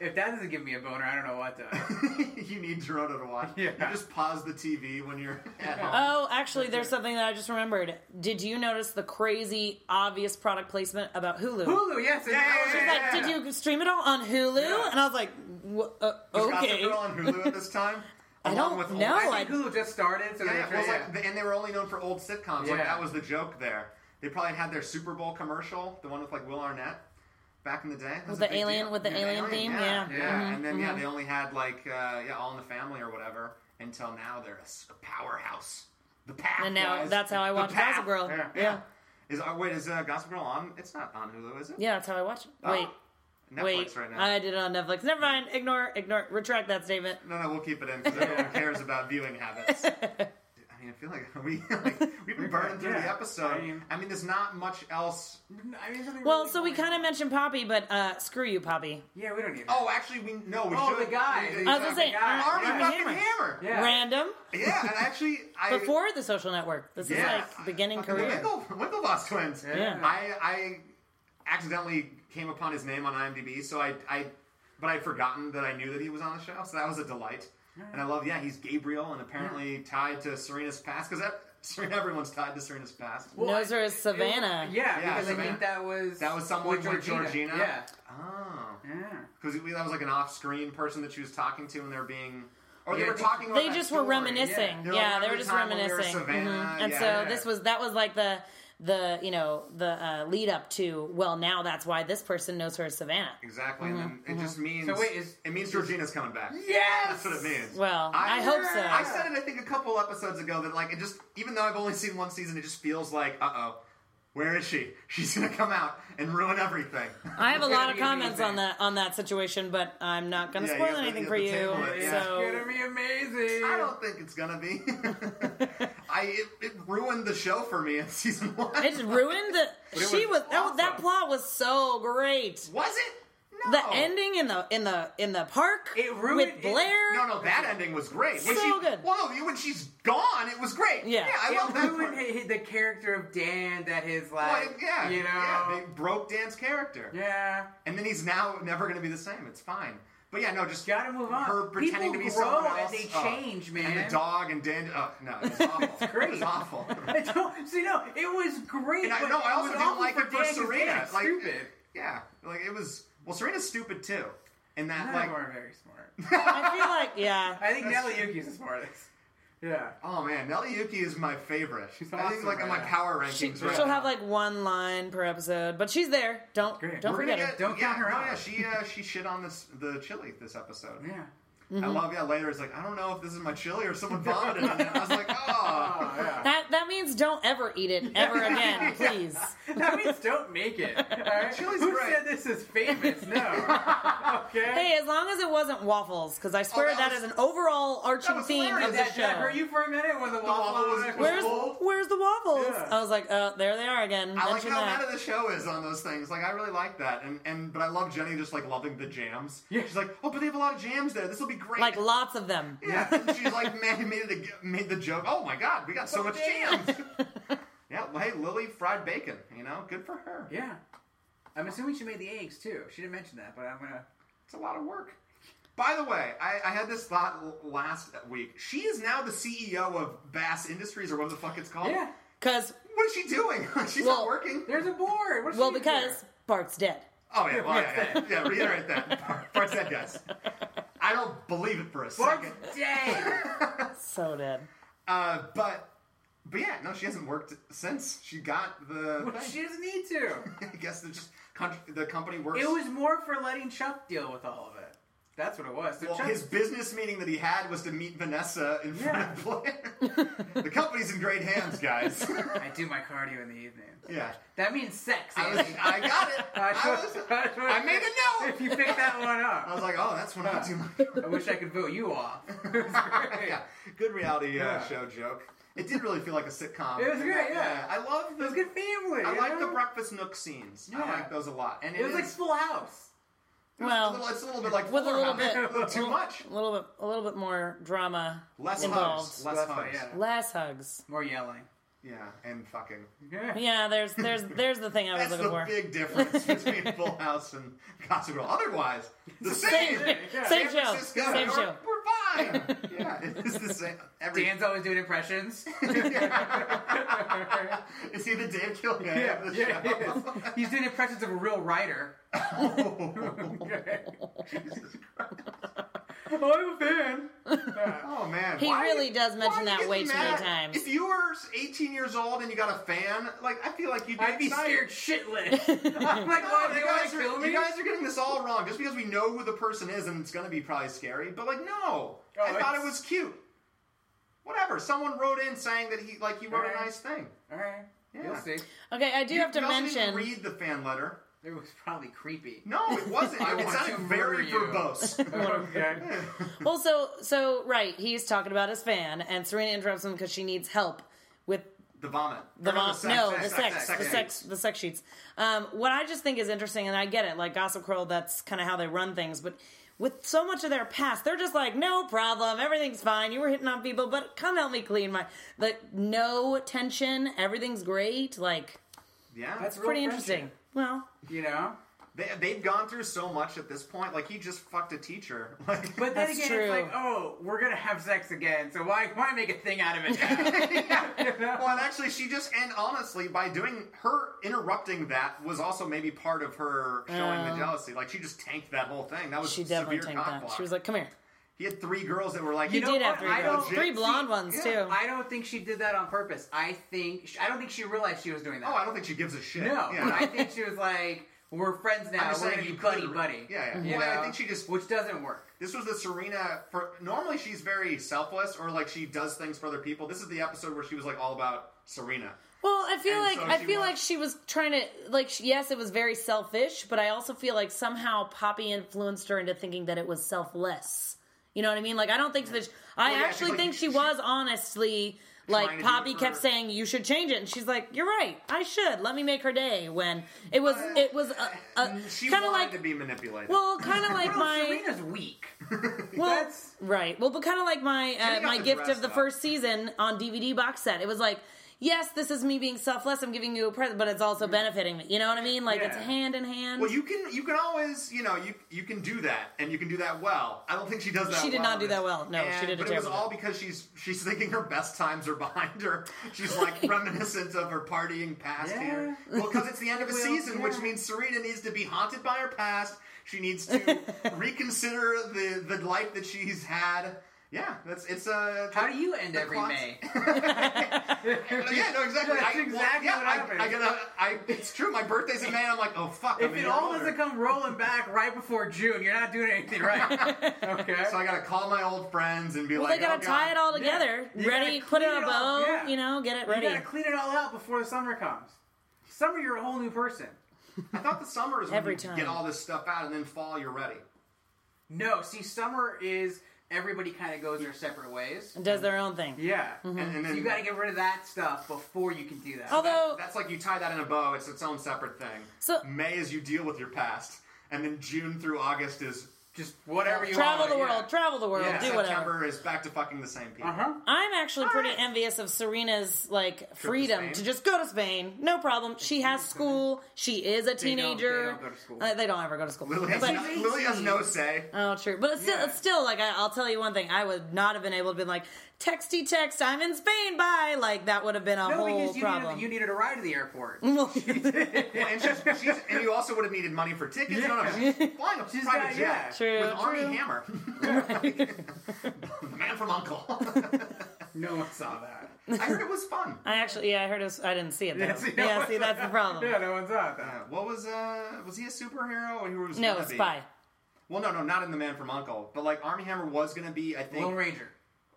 if that doesn't give me a boner, I don't know what does. you need Dorota to watch. Yeah. You just pause the TV when you're at home. Oh, actually, there's something that I just remembered. Did you notice the crazy obvious product placement about Hulu? Hulu, yes. Yeah, yeah, She's like, yeah. "Did you stream it all on Hulu?" Yeah. And I was like, "Wha- uh, Is Gossip "Okay." Girl on Hulu at this time. I Along don't with old- know. I think Hulu just started, so Oh, Yeah, they're yeah, well, it's trying- like- and they were only known for old sitcoms. Like Yeah. that was the joke there. They probably had their Super Bowl commercial, the one with like Will Arnett, back in the day. That was the a big alien- deal. with the Yeah, alien theme, Yeah, yeah. Mhm, and then yeah, they only had like uh, yeah, All in the Family or whatever. Until now, they're a, s- a powerhouse. The path. And now guys. that's how I The watch Path. Gossip Girl. Yeah. Yeah, yeah. Yeah. Is uh, wait is uh, Gossip Girl on? It's not on Hulu, is it? that's how I watch it. Oh, Wait, Netflix wait. right now. I did it on Netflix. Never mind. Ignore, ignore, retract that statement. No, no, we'll keep it in because everyone cares about viewing habits. I mean, I feel like we like, we've been burning through the Yeah, episode. I mean- I mean, there's not much else. I mean, there's nothing Well, really so we going on. kind of mentioned Poppy, but uh, screw you, Poppy. Yeah, we don't need. Oh, actually, we no, we Oh, should. the guy. we did- I was gonna say, Yeah, yeah. Army Army fucking Hammer. hammer. Yeah. Random Yeah, and actually, I before the Social Network. This yeah, is like beginning fucking career. The Winkle, Winklevoss twins. Yeah. Uh-huh. I I accidentally came upon his name on IMDb, so I I but I'd forgotten that I knew that he was on the show, so that was a delight. And I love, yeah, he's Gabriel and apparently tied to Serena's past because that Serena, everyone's tied to Serena's past. Well, Nozer is it- Savannah. it- yeah, Yeah, because I Savannah. think that was That was someone with with Georgina. Georgina? Yeah. Oh. Yeah. Because that was like an off-screen person that she was talking to, and they're being, or they Yeah, were talking. About they that just were story. reminiscing. They were like, Yeah, they "Remember were the just time when we were reminiscing. Savannah?" Mhm. And Yeah, so yeah. this was that was like the the you know the uh, lead up to well now that's why this person knows her as Savannah. exactly, Mm-hmm. and then it just means. So wait, is- it means Georgina's coming back? Yes. That's what it means. Well, I hope so. I said it, I think, a couple episodes ago that like it just, even though I've only seen one season, it just feels like, uh oh, where is she? She's gonna come out and ruin everything. I have a It's lot gonna of be comments amazing. on that on that situation, but I'm not going to Yeah, you have spoil to- anything you for have to you. table it, yeah. It's gonna So be amazing. I don't think it's gonna be. I it, it ruined the show for me in season one. it's ruined. The, But it she was, was oh that awesome. plot was so great. Was it? No. The ending in the in the in the park It ruined- with Blair. No, no, that ending was great. When So she, good. Well, no, when she's gone, it was great. Yeah. I it love that. ruined part. hi- hi- the character of Dan. That his Well, like, it- yeah, you know, yeah, they broke Dan's character. yeah. and then he's now never going to be the same. It's fine. But yeah, no, just Gotta move on. Her pretending People to be grow someone and else. they oh, change, man. And the dog and Dan. Oh no, it's awful. it's great. It's awful. I don't see. No, it was great. And I but no, I it also was didn't awful like it for Dan 'cause Serena. Dan's Like, stupid. yeah, like it was. Well, Serena's stupid too. In that, None of like, them are very smart. I feel like yeah. I think Nelly Yuki's the smartest. Yeah. oh man, Nelly Yuki is my favorite. She's I think awesome like in my right now. power She, rankings. right she'll now. have like one line per episode, but she's there. Don't Great. don't We're forget gonna her. get, Don't yeah, count her no, out. yeah, she uh, she shit on this the chili this episode. Yeah. Mm-hmm. I love yeah. Later, it's like I don't know if this is my chili or someone vomited on it. I was like, oh, Oh, yeah. That that means don't don't ever eat it ever again, please. That means don't make it. All right? Chili's Who great. said this is famous? No. Okay. Hey, as long as it wasn't waffles, because I swear Oh, that that was- is an overall arching was theme hilarious. of did the that, did that hurt show. you for a minute when the waffle waffle was- was Where's Bowl? where's the waffles? Yeah. I was like, uh, there they are again. I like Mention how that. meta the show is on those things. Like I really like that, and and but I love Jenny just like loving the jams. Yeah. she's like, oh, but they have a lot of jams there. This will be great. Like lots of them. yeah, and she's like, man, he made it a- made the joke. Oh my god, we got so much jams. yeah, well, hey, Lily fried bacon. You know, good for her. Yeah. I'm assuming she made the eggs too. She didn't mention that, but I'm gonna. It's a lot of work. By the way, I, I had this thought l- last week. She is now the CEO of Bass Industries or whatever the fuck it's called. Yeah. Because What is she doing? She's not Well, working. There's a board. What's well, she because Bart's dead. Oh yeah, well, yeah, yeah, yeah. Reiterate that. Parts that guys. I don't believe it for a Bart's second. dead. So dead. Uh, but but yeah, no, she hasn't worked since she got the. Well, thing. she doesn't need to. I guess they're just con- the company works. It was more for letting Chuck deal with all of it. That's what it was. So well, Chuck, his business meeting that he had was to meet Vanessa in Yeah. front of Blair. the company's in great hands, guys. I do my cardio in the evening. yeah, That means sex. I, Andy. was, I got it. I I was, just- I just- I made a note. If you pick that one I up, was like, oh, that's when I do my. I wish I could vote you off. It was great. yeah, good reality uh, Yeah. show joke. It did really feel like a sitcom. It was great, yeah. I love It the was good family. I you like the know? breakfast nook scenes. I Yeah. like those a lot. And It was like is- Full House. a Well, little, it's a little bit like with a Fuller little House. bit- A little too much. a little bit, a little bit more drama Less involved. hugs. Less Less hugs. hugs, Yeah. yeah. Less hugs. More yelling. and fucking. Yeah. Yeah, there's there's there's the thing I was That's looking the for. big difference between Full House and Gossip Girl. Otherwise, the same. Yeah. Same San show. Francisco, Same we're, show. We're fine. yeah, it's the same. Every, Dan's always doing impressions. yeah, is he the Dave Kilgore of the yeah, he show? is. He's doing impressions of a real writer. Jesus Christ. I'm a fan. Oh man, He really does mention why that you way get too many mad? times. If you were 18 years old and you got a fan, like I feel like you'd be I'd be excited. scared shitless. I'm like, No, why do you, you want guys to kill are, me? you guys are getting this all wrong. Just because we know who the person is and it's going to be probably scary, but like, no, I Oh, thought it it's- was cute. Whatever. Someone wrote in saying that he like he wrote a Alright. nice thing. All right. You'll Yeah. see. Okay, I do have to We also didn't mention. read the fan letter. It was probably creepy. No, it wasn't. I it want sounded to murder very you. verbose. okay. Well, so so right, he's talking about his fan, and Serena interrupts him because she needs help with the vomit. the, Or mom. no, the sex, the sheets. sex, the sex sheets. Um, what I just think is interesting, and I get it, like Gossip Girl, that's kind of how they run things, but. With so much of their past, they're just like, no problem, everything's fine. You were hitting on people, but come help me clean my. Like, no tension, everything's great. Like, Yeah, That's real pretty friendship, interesting. Well, You know? They, they've gone through so much at this point. Like he just fucked a teacher. Like, But then That's again, true. it's like, oh, we're gonna have sex again, so why why make a thing out of it? now? You know? well, and actually, she just and honestly, by doing her interrupting that was also maybe part of her showing the jealousy. Like she just tanked that whole thing. That was Oh. she definitely severe tanked cock that. block. She was like, come here. he had three girls that were like, He you know, did what? have three I girls. don't- Three blonde ones, Yeah, too. I don't think she did that on purpose. I think she, I don't think she realized she was doing that. oh, I don't think she gives a shit. no, yeah. but I think she was like, we're friends now. just We're saying gonna be you buddy could- buddy. yeah, yeah. You Well, I know? think she just- which doesn't work. This was the Serena. For normally she's very selfless or like she does things for other people. This is the episode where she was like all about Serena. Well, I feel And like so I she feel was. like she was trying to like she, yes, it was very selfish, but I also feel like somehow Poppy influenced her into thinking that it was selfless. You know what I mean? Like I don't think that she, I yeah, she's actually like- think she, she- was honestly Trying like to do Poppy it for kept her. saying you should change it, and she's like, "You're right, I should. Let me make her day." When it was it was a, a She kind wanted of to like be manipulated. well, kind of like Well, my Serena's weak. well, That's- right. Well, but kind of like my Jenny uh, got my the gift dress of the up. first season on DVD box set. It was like, yes, this is me being selfless. I'm giving you a present, but it's also benefiting me. You know what I mean? Like it's Yeah. hand in hand. Well, you can you can always you know you you can do that and you can do that well. I don't think she does that. She did well not do in this. that well. No, she And- did a But it was terrible all because she's she's thinking her best times are behind her. She's like reminiscent of her partying past Yeah. here. Well, because it's the end of a Well, season, which yeah. means Serena needs to be haunted by her past. She needs to reconsider the the life that she's had. Yeah, that's it's a. How do you end the every clock's- May? yeah, no, exactly. I, That's well, exactly yeah, what I, happened. I gotta, I, it's true. My birthday's in May. and I'm like, oh fuck. I'm If a it year all older. doesn't come rolling back right before June, you're not doing anything right. Okay. so I gotta call my old friends and be Well, like, they gotta oh, tie God. it all together, You gotta ready, put it clean on a it bow, up, yeah. you know, get it you ready. gotta clean it all out before the summer comes. Summer, you're a whole new person. I thought the summer is when Every you time. get all this stuff out, and then fall you're ready. No, see, summer is everybody kind of goes their separate ways. Does their own thing. Yeah. And, and So then you gotta get rid of that stuff before you can do that. Oh, Mm-hmm. Although- that's like you tie that in a bow. It's its own separate thing. So- May is you deal with your past, and then June through August is Just whatever you Travel want. the world, travel the world, Yeah. do whatever. September is back to fucking the same people. Uh huh. I'm actually pretty envious of Serena's like freedom Spain? to just go to Spain, no problem. She has school. She They is a don't- they teenager. don't go to school. Uh, they don't ever go to school. Lily has, But- no, Lily has no say. Oh, true. But it's still, Yeah. it's still like I, I'll tell you one thing: I would not have been able to be like texty text. I'm in Spain. Bye. Like that would have been a No, whole because you problem. needed, you needed a ride to the airport. Well, and, she's, she's, and you also would have needed money for tickets. No, no, she's flying a She's private jet got- yeah. True, with true. Army Hammer, the man from Uncle. No one saw that. I heard it was fun. I actually, yeah, I heard. It was, I didn't see it. Though. Yeah, see, see, no one saw that's the that. problem. Yeah, no one saw that. Uh, What was uh? Was he a superhero? Or he was No, gonna a be? spy. Well, no, no, not in the Man from Uncle, but like Army Hammer was gonna be. I think. Lone Ranger.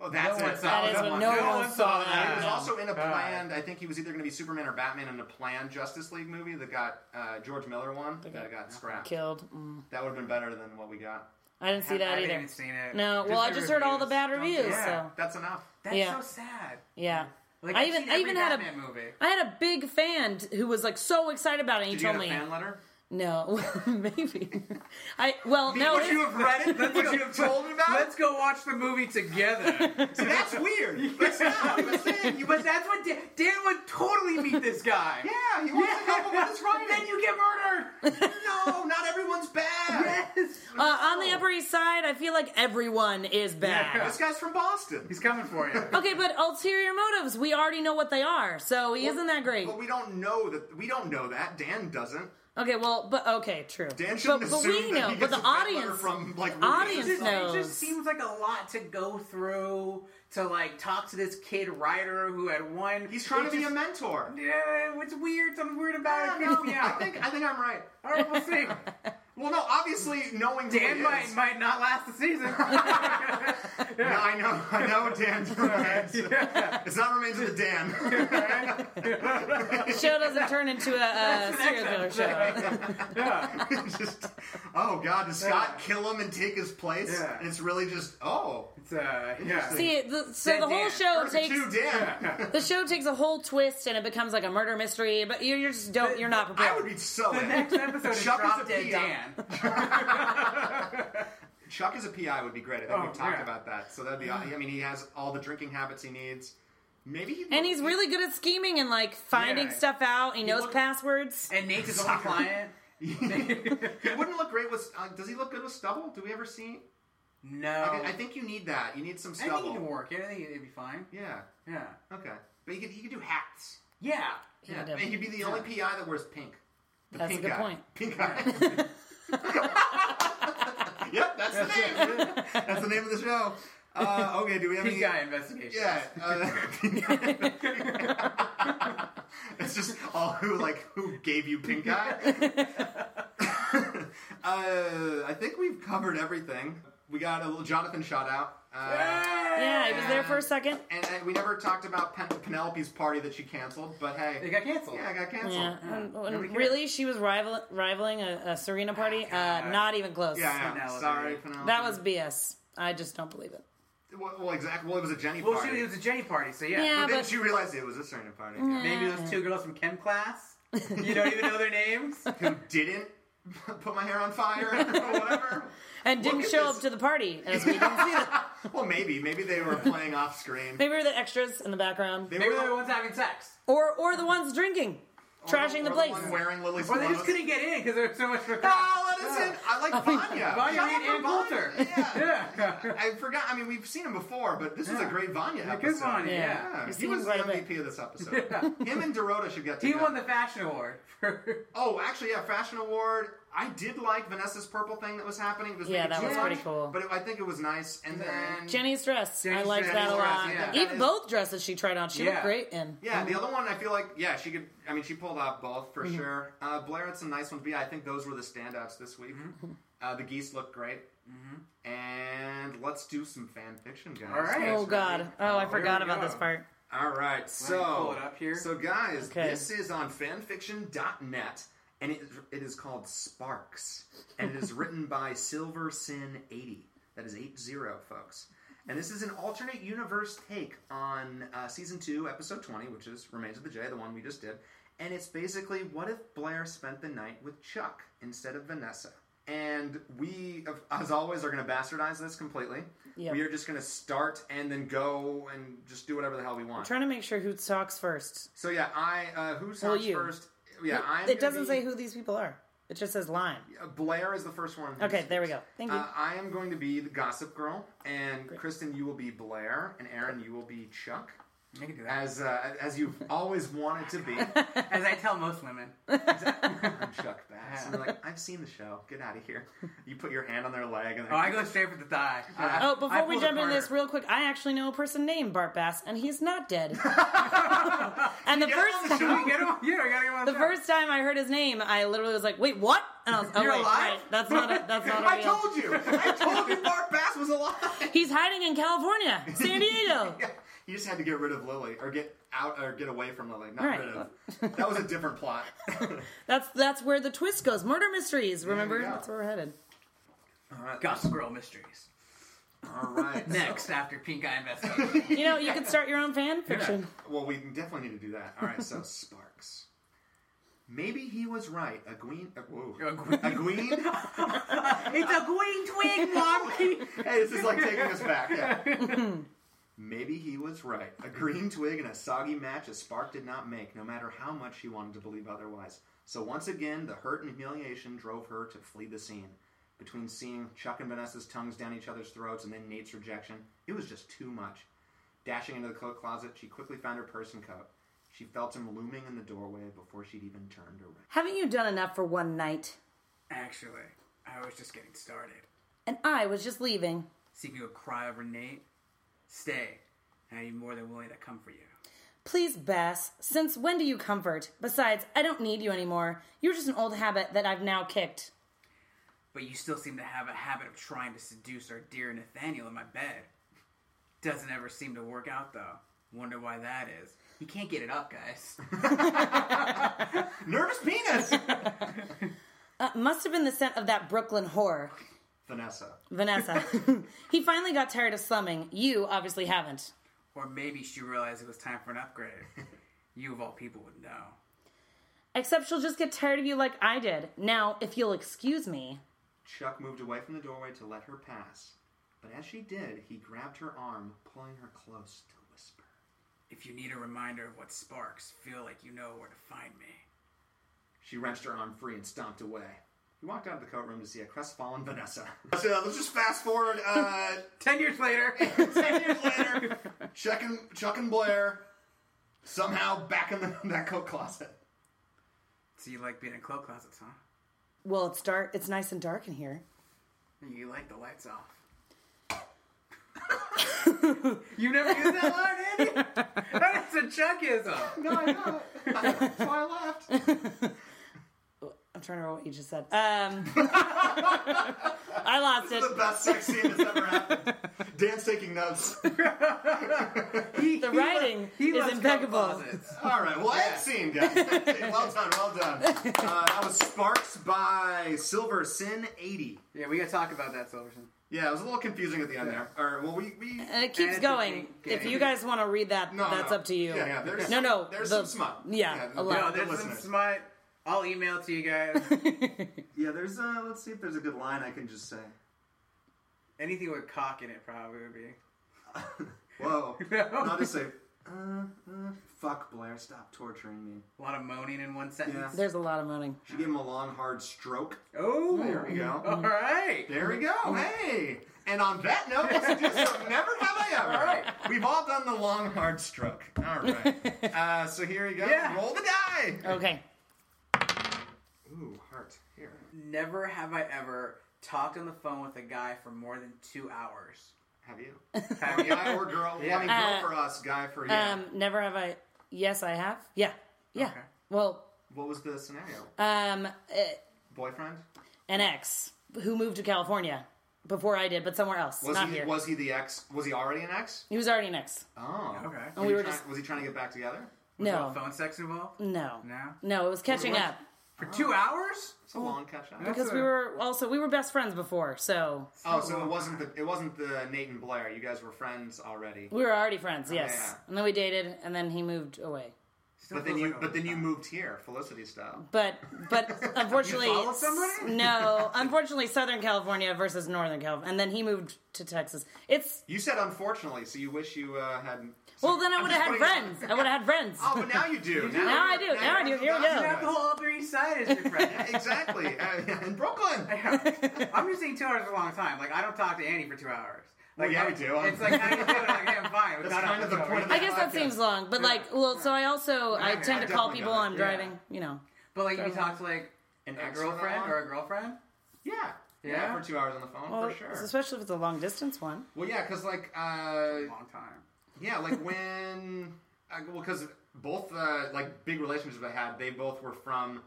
Oh, that's No it. one saw That Oh, is that what one. no, No one one saw. He saw was that. that. also in a God. planned. I think he was either going to be Superman or Batman in a planned Justice League movie that got uh, George Miller one that got scrapped. Killed. Mm. That would have been better than what we got. I didn't see I that haven't either. even seen it. No, well, I the just heard all the reviews. bad Don't- reviews. yeah. So That's enough. That's Yeah. so sad. yeah, Like, I I've even seen I every even had a Batman movie. I had a big fan who was like so excited about it. And he Did you told get a me fan letter? no, maybe. I well no. Would his- you have read it? Would you have told me about it? Let's go watch the movie together. See, that's weird. That's not what I'm saying. You but that's what Dan, Dan would totally meet this guy. yeah, he wants to help him with his writing. Then you get murdered. no, not everyone's bad. yes. Uh, on the Upper East Side, I feel like everyone is bad. Yeah. This guy's from Boston. He's coming for you. Okay, but ulterior motives, we already know what they are, so he isn't that great. But we don't know that. We don't know that. Dan doesn't. Okay, well, but okay, true. Dan shouldn't but, but assume we that know, he but gets the a fan letter audience, from like Rudy audience or just, something. knows. It just seems like a lot to go through to like talk to this kid writer who had one. He's trying It to be a just- mentor. Yeah, it's weird. Something weird about it. Yeah, no, Help me out. I think I think I'm right. All right, we'll see. Well, no, obviously knowing who Dan he might is. might not last the season. No, I know, I know, Dan. remains. It's not remains of the Dan. the show doesn't turn into a, a serial killer show. yeah. just, oh God, does Scott kill him and take his place? Yeah. And it's really just, oh, It's, uh, yeah. See, the, so Dan, the whole Dan. show there's takes two Dan. the show takes a whole twist, and it becomes like a murder mystery. But you're, you're just don't you're not I prepared. would be so The in. next episode is Chuck is Drop a Dead PI. Dan. Chuck as a PI would be great. I think Oh, we've talked yeah. about that. So that'd be. I mean, he has all the drinking habits he needs. Maybe. He and he's really good at scheming and like finding Yeah. stuff out. He knows looked- passwords. And Nate's his only client. He wouldn't look great with. Uh, does he look good with stubble? Do we ever see? No. I, I think you need that. You need some I think he stubble. can work it. I think it'd be fine. yeah. Yeah. Okay. But he could. He could do hats. Yeah. Yeah. could have- And he'd be the only PI that wears pink. The That's a pink good eye. point. Pink eye. yep, that's the name. That's the name of the show. Uh, okay, do we have Big any? guy investigation. Yeah. Uh, it's just all who like who gave you pink eye. uh, I think we've covered everything. We got a little Jonathan shout out. Uh, Yeah, he was there for a second. and, and we never talked about Pen- Penelope's party that she canceled, but hey, It got canceled. yeah, it got canceled. Yeah, and, and nobody cared. really, she was rival, rivaling a, a Serena party. Uh, not even close. Oh Yeah, Penelope. sorry, Penelope. That was BS. I just don't believe it. well, well, exactly. Well, it was a Jenny Well, party. she, it was a Jenny party, so yeah. Yeah. but then but- she realized it was a certain party Maybe those two girls from chem class. You don't even know their names. who didn't put my hair on fire or whatever. And didn't at show this. up to the party. As we didn't see them. well, maybe, maybe they were playing off screen. Maybe we're the extras in the background, They Maybe were they're the ones having sex. or or the ones drinking, trashing the or place. one wearing Lily's Or clothes. they just couldn't get in because there was so much. Ah, Madison. I like Vanya. Vanya Shout out and for Ann Coulter. Yeah. Yeah. I forgot. I mean, we've seen him before, but this is a Yeah. great Vanya good episode. Vanya, yeah. yeah. We've He seen was him the quite a bit. MVP of this episode. Him and Dorota should get He together. won the fashion award for Oh, actually, yeah, fashion award. I did like Vanessa's purple thing that was happening. It was Yeah, maybe that too was much, pretty cool. But it, I think it was nice. And then Jenny's dress. I Jenny's liked dress, that a Jenny's lot. dress, yeah. Even That is- both dresses she tried on, she Yeah. looked great in. Yeah, the other one I feel like yeah she could. I mean she pulled off both for Mm-hmm. sure. Uh, Blair had some nice ones, but yeah, I think those were the standouts this week. Mm-hmm. Uh, the geese looked great. And let's do some fan fiction, guys. All right. Oh Thanks, Randy. god. Oh, I here we forgot about go. this part. All right, so pull it up here. So guys, Okay. this is on fanfiction.net, and it, it is called Sparks, and it is written by Silver Sin eighty. That is eight zero, folks. And this is an alternate universe take on uh, season two, episode twenty, which is Remains of the J, the one we just did. And it's basically what if Blair spent the night with Chuck instead of Vanessa? And we, of- as always, are going to bastardize this completely. Yep. We are just going to start and then go and just do whatever the hell we want. trying to make sure who talks first. So yeah, I uh, who talks you. first? Yeah, I'm. gonna it doesn't be- say who these people are. It just says line. Uh, Blair is the first one. who Okay, speaks. there we go. Thank you. Uh, I am going to be the gossip girl, and Kristen, you will be Blair, and Aaron, you will be Chuck, I can do that. as uh, as you've always wanted to be. As I tell most women. Oh, I'm Chuck Bass. I'm like, I've seen the show. Get out of here. You put your hand on their leg, and Oh, I go straight for the thigh. I- Oh, I before we pulled a jump into this Carter. real quick, I actually know a person named Bart Bass, and he's not dead. and the Get on the first show. time, Can we get him? Yeah, I gotta get him on the show. first time I heard his name, I literally was like, "Wait, what?" And I was, "Oh, You're wait, alive? right, that's not a, that's not a I real." told you. I told you Bart Bass was alive. He's hiding in California, San Diego. Yeah, you just had to get rid of Lily, or get out, or get away from Lily. Not Right. rid of. That was a different plot. That's that's where the twist goes. Murder mysteries. Remember, we go. that's where we're headed. All right. Uh, Gossip Girl Mysteries. All right. so- Next after Pink Eye Investigation. You know, you could start your own fan fiction. Well, we definitely need to do that. All right, so Sparks. Maybe he was right. A queen. A, whoa. A queen. A queen? it's a green twig, Mom! hey, this is like taking us back. yeah. Maybe he was right. A green twig and a soggy match a spark did not make, no matter how much she wanted to believe otherwise. So once again, the hurt and humiliation drove her to flee the scene. Between seeing Chuck and Vanessa's tongues down each other's throats and then Nate's rejection, it was just too much. Dashing into the coat closet, she quickly found her purse and coat. She felt him looming in the doorway before she'd even turned around. Haven't you done enough for one night? Actually, I was just getting started. And I was just leaving. Seeking a cry over Nate? Stay. And I'd be more than willing to come for you. Please, Bess, since when do you comfort? Besides, I don't need you anymore. You're just an old habit that I've now kicked. But you still seem to have a habit of trying to seduce our dear Nathaniel in my bed. Doesn't ever seem to work out, though. Wonder why that is. He can't get it up, guys. Nervous penis! Uh, must have been the scent of that Brooklyn horror. Vanessa. Vanessa. he finally got tired of slumming. You obviously haven't. or maybe she realized it was time for an upgrade. You, of all people, would know. Except she'll just get tired of you like I did. Now, if you'll excuse me. Chuck moved away from the doorway to let her pass, but as she did, he grabbed her arm, pulling her close to whisper. If you need a reminder of what sparks, feel like you know where to find me. She wrenched her arm free and stomped away. He walked out of the coat room to see a crestfallen Vanessa. So let's just fast forward uh, Ten years later, ten years later. Chuck and, Chuck and Blair somehow back in the, that coat closet. so you like being in cloak closets, huh? Well, it's dark. It's nice and dark in here. You like the lights off. you never used that line, Andy. That's a Chuckism. No, I know. That's why I left. I'm trying to remember what you just said. Um, I lost it. the best sex scene that's ever happened. Dan's taking notes. He, The writing he is loves coat impeccable. closets. All right, well, that scene, guys. well done, well done. Uh, that was Sparks by Silver Sin 80. Yeah, we gotta talk about that, Silverson. Yeah, it was a little confusing at the end there. Or, well, we. we And it keeps And going. the- If you guys want to read that, no, that's no. up to you. Yeah, yeah. There's, No, no, There's the- some smut. yeah, a lot. No, the there's some listeners. smut. I'll email to you guys. Yeah, there's. Uh, let's see if there's a good line I can just say. Anything with cock in it probably would be. Whoa. No. Not just say. Uh, uh, Fuck Blair, stop torturing me. A lot of moaning in one sentence. Yeah. There's a lot of moaning. She gave him a long, hard stroke. Oh, There we go. Oh. All right. There we go. Hey. And on that note, let's do some Never Have I Ever. All right. We've all done the long, hard stroke. All right. Uh, so here you go. Yeah. Roll the die. Okay. Ooh, heart. Here. Never have I ever talked on the phone with a guy for more than two hours. Have you? Have you? guy or girl? Yeah. I mean, girl for us, guy for you. Uh, Um, never have I. Yes, I have. Yeah. Yeah. Okay. Well, what was the scenario? um, eh, Boyfriend? an ex who moved to California before I did, but somewhere else, Was not he here. was he the ex? Was he already an ex? He was already an ex. Oh. Okay. And Was, we he were trying- just- was he trying to get back together? No. Phone sex involved? No. No? No, it was catching What? up For two hours? It's a long catch up. because That's we a- were also we were best friends before, so Oh, so it wasn't the it wasn't the Nate and Blair. You guys were friends already. we were already friends. Yes, Oh, yeah. and then we dated, and then he moved away. Still But then feels you like a but then you lifetime. moved here, Felicity style. But but unfortunately, You followed somebody? no. Unfortunately, Southern California versus Northern California, and then he moved to Texas. It's You said unfortunately, so you wish you uh, had. well, then I would have had just friends. I would have had friends. Oh, but now you do. now, Now you- I do. Now I do. you're Here we adopted. go. You have the whole Upper East Side as your friend. Yeah, exactly. Uh, in Brooklyn. I'm just saying two hours is a long time. Like I don't talk to Annie for two hours. Like Well, yeah, I, we do. It's like how do you do it? Like yeah, I'm fine. It's That's not kind up of the to point of hours. I guess that Yeah. seems long, but like, well, so I also I Yeah, tend I to call definitely people got while it. I'm Yeah. driving. You know, But like if you talk to like an Ex ex for that girlfriend long? or a girlfriend, Yeah. yeah. Yeah? for two hours on the phone, well, for sure. especially if it's a long distance one. Well, yeah, because, like, uh, long time. yeah, like when. Uh, well, because both, uh, like, big relationships I had, they both were from,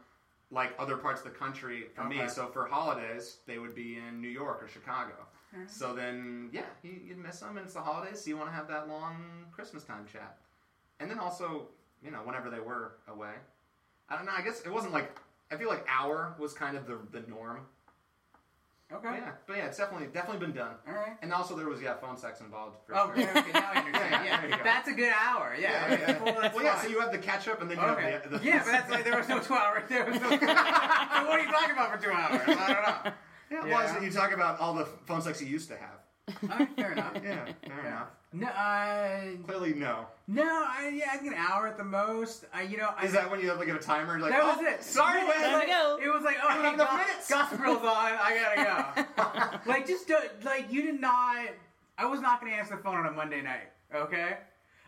like, other parts of the country for me. Okay. So for holidays, they would be in New York or Chicago. So then, yeah, you, you'd miss them, and it's the holidays, so you want to have that long Christmas time chat. And then also, you know, whenever they were away. I don't know, I guess it wasn't like. I feel like hour was kind of the, the norm Okay. But yeah, but yeah, it's definitely definitely been done. All right. And also there was yeah, phone sex involved. For Oh, sure. okay, okay, now I Yeah, understand. there you Yeah, go. that's a good hour. Yeah, Yeah, yeah. okay, cool, that's well, yeah. fine. So you have the catch up, and then you Okay. have the, the yeah, but that's like there was no two hours. There was no. so what are you talking about for two hours? I yeah. yeah. Well, so you talk about all the phone sex you used to have. don't know. All right, fair enough. Yeah, fair enough. No, uh, Clearly, no. no, I, yeah, I think an hour at the most. I, you know, I, Is that when you have like a timer? Like, That was oh, it. Sorry, No, man. it was Time to like, go. It was like, oh, don't have hey, enough go- minutes. Gospel's on. I gotta go. like, just don't, like you did not. I was not gonna answer the phone on a Monday night. Okay,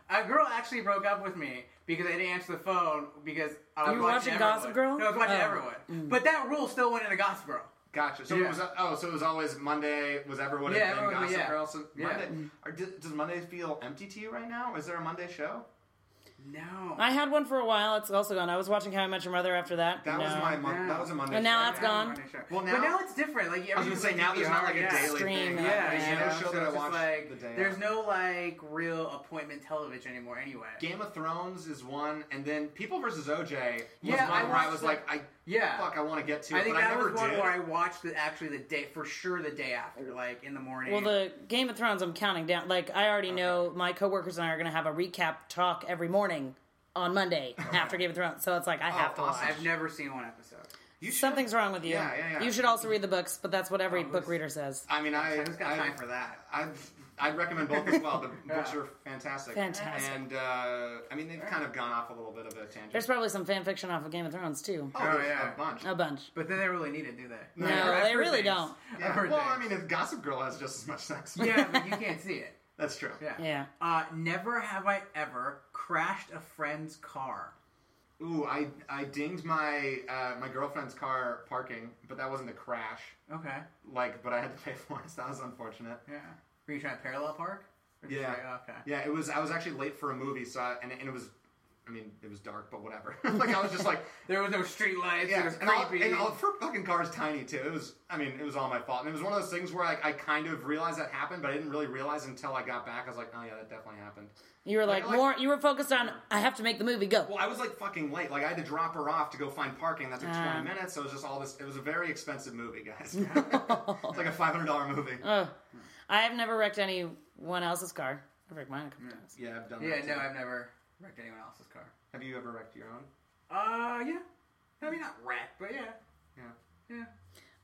a girl actually broke up with me because I didn't answer the phone because I was You were watching everyone. Gossip Girl? No, I was watching Oh. everyone. But that rule still went into Gossip Girl. Gotcha. So Yeah. it was oh, so it was always Monday. Was everyone Yeah, in everyone- Gossip yeah. Girl? So Yeah. Monday. Or did, does Monday feel empty to you right now? Is there a Monday show? No. I had one for a while. It's also gone. I was watching How I Met Your Mother after that. That no. was my mon- No. that was a Monday. And now show. that's gone. Well, Well, but now- now it's different. Like I was gonna say now there's not like a daily Stream, thing. Yeah, there's you no know, show so that I it's just watched like, the day. There's of. no like real appointment television anymore. Anyway. Game of Thrones is one, and then People versus OJ was Yeah, one I where I watched was the- like, I yeah. fuck, I want to get to, I it, think but I that never was one did. where I watched the actually the day for sure the day after, like in the morning. Well, the Game of Thrones, I'm counting down. Like, I already know my coworkers and I are going to have a recap talk every morning on Monday after Game of Thrones. So it's like, I have to Oh, awesome. watch. I've never seen one episode. You should- Something's wrong with you. Yeah, yeah, yeah. You should also read the books, but that's what every Oh, book who's- reader says. I mean, I I just got I, time for that. I've I'd recommend both as well. The books Yeah. are fantastic. Fantastic. And uh, I mean, they've kind of gone off a little bit of a tangent. There's probably some fan fiction off of Game of Thrones, too. oh, Oh, there's yeah. a bunch. A bunch. But then they really need it, do they? No, I've they heard really things. don't. I've Yeah. heard Well, I things. mean, if Gossip Girl has just as much sex. yeah, but you can't see it. that's true. Yeah. Yeah. Uh, never have I ever crashed a friend's car. Ooh, I I dinged my uh, my girlfriend's car parking, but that wasn't a crash. Okay. Like, but I had to pay for it. So that was unfortunate. Yeah. Were you trying to parallel park? Or just Yeah. like, oh, okay. Yeah, it was. I was actually late for a movie, so I, and, it- and it was. I mean, it was dark, but whatever. like I was just like, There was no street lights. It yeah, was and all, creepy. and all for fucking cars tiny too. It was. I mean, it was all my fault, and it was one of those things where like I kind of realized that happened, but I didn't really realize until I got back. I was like, oh yeah, that definitely happened. You were like, like- more, you were focused on, I have to make the movie go. Well, I was like fucking late. Like I had to drop her off to go find parking. That took Ah. twenty minutes. So it was just all this. It was a very expensive movie, guys. it's like a five hundred dollar movie. Oh. Ugh. I have never wrecked anyone else's car. I've wrecked mine a couple times. yeah, I've done. yeah, that no, too. I've never wrecked anyone else's car. Have you ever wrecked your own? Uh, yeah. I mean, not wrecked, but yeah. Yeah. Yeah.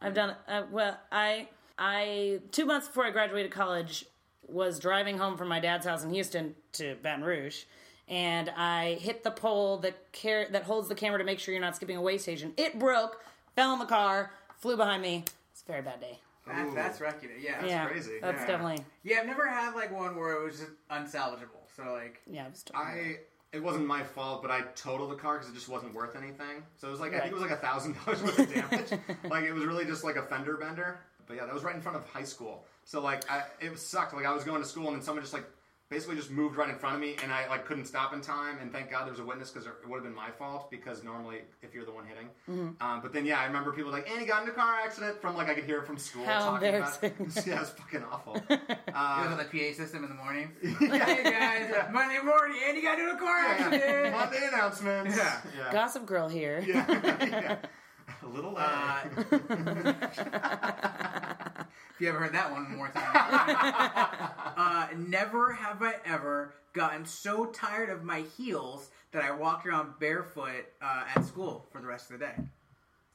I've done uh, well. I I two months before I graduated college was driving home from my dad's house in Houston to Baton Rouge, and I hit the pole that car- that holds the camera to make sure you're not skipping a way station. It broke, fell in the car, flew behind me. It's a very bad day. That's Ooh. that's wrecking it. Yeah. yeah, crazy, That's yeah. definitable. definitely Yeah, I've never had like one where it was just unsalvageable. So like, yeah. It was definitely- I it wasn't my fault, but I totaled the car because it just wasn't worth anything. So it was like I think it was like a thousand dollars worth of damage. like it was really just like a fender bender. But yeah, that was right in front of high school. So like I, it sucked. Like I was going to school and then someone just like basically just moved right in front of me and I like couldn't stop in time. And thank God there was a witness because it would have been my fault because normally if you're the one hitting. Mm-hmm. Um, but then yeah, I remember people like, and he got in a car accident from like I could hear it from school. How talking About it. embarrassing. yeah, it was fucking awful. it was on the PA system in the morning. hey guys, Monday morning, and you got into a car accident. Monday announcements. Yeah. yeah. Gossip Girl here. yeah. A little Uh, loud. if Uh, you ever heard that one more time. uh, never have I ever gotten so tired of my heels that I walked around barefoot uh, at school for the rest of the day.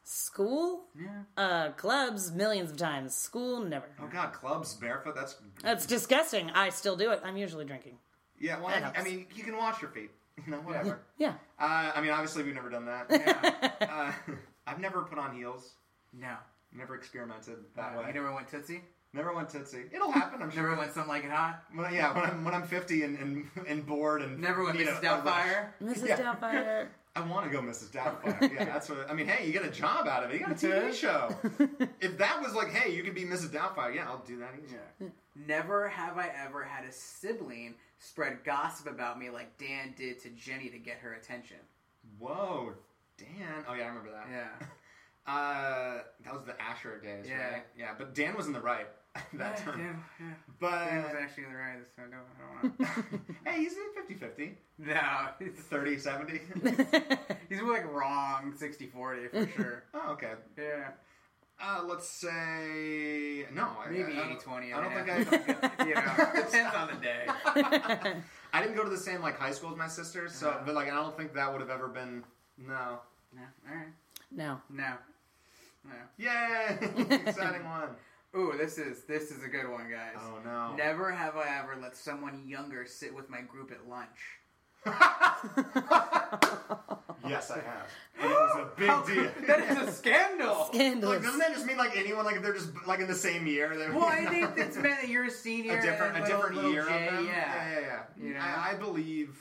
School, Yeah. uh, clubs, millions of times. School, never. oh god, clubs barefoot. That's That's disgusting. I still do it. I'm usually drinking. yeah. Well, That I, I helps. mean, you can wash your feet. You know, whatever. Yeah. Uh, I mean, obviously, we've never done that. Yeah. Uh, I've never put on heels. No. Never experimented that way. Uh, you Never, never went tootsie? went tootsie. It'll happen. I'm sure. Never went something like it hot? When I, yeah, when I'm when I'm 50 and and, and bored and Never went need a- Mrs. a rush. Doubtfire? Mrs. Yeah. Doubtfire. I want to go Mrs. Doubtfire. Yeah, that's what. I mean, hey, you get a job out of it. You got a TV show. if that was like, hey, you can be Mrs. Doubtfire. Yeah, I'll do that. Easy. Yeah. Never have I ever had a sibling spread gossip about me like Dan did to Jenny to get her attention. Whoa, Dan. Oh yeah, I remember that. Yeah. Uh, that was the Asher days, Yeah. right? Yeah, but Dan was in the right that Uh, yeah, time. yeah. Dan was But actually in the right. So I don't, I don't want hey, he's in 50-50. to. No, it's- 30-70. he's more like wrong 60 40 for sure. oh, okay. Yeah. Uh, let's say no. I- Maybe I, I 80 don't- 20. I don't think I. You know, depends on the day. I didn't go to the same like high school as my sister, so Uh. but like I don't think that would have ever been. No. No. All right. No. No. No. Yay! Exciting one. Ooh, this is this is a good one, guys. Oh no. Never have I ever let someone younger sit with my group at lunch. Yes, I have. And it was a big deal. Oh, That is a scandal. Like, Scandalous. doesn't that just mean like anyone like if they're just like in the same year? they- Well, I think that's meant that you're a senior. a different, and a little- different little year of J, them. Yeah. yeah, yeah. yeah. You know? I, I believe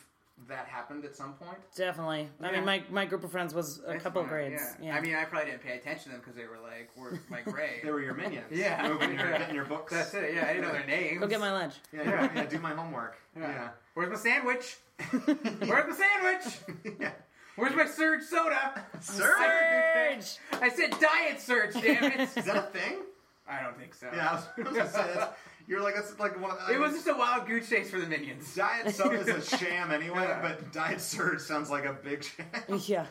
that happened at some point. Definitely. I Yeah. mean, my, my group of friends was a That's couple fine, grades. Yeah. I mean, I probably didn't pay attention to them because they were like, we're my grade. They were your minions. Yeah. moving your, Yeah. getting your books. That's it. Yeah, I didn't know their names. Go get my lunch. Yeah, yeah, yeah, do my homework. Yeah, Where's my sandwich? Where's my sandwich? yeah. Where's my surge soda? Surge! Surge! I said diet surge, damn Is it. that a thing? I don't think so. Yeah, I was gonna say that's, you're like that's like one. Of, I It was mean, just a wild goose chase for the minions. diet soda is a sham anyway, Yeah. but diet surge sounds like a big sham. oh Yeah.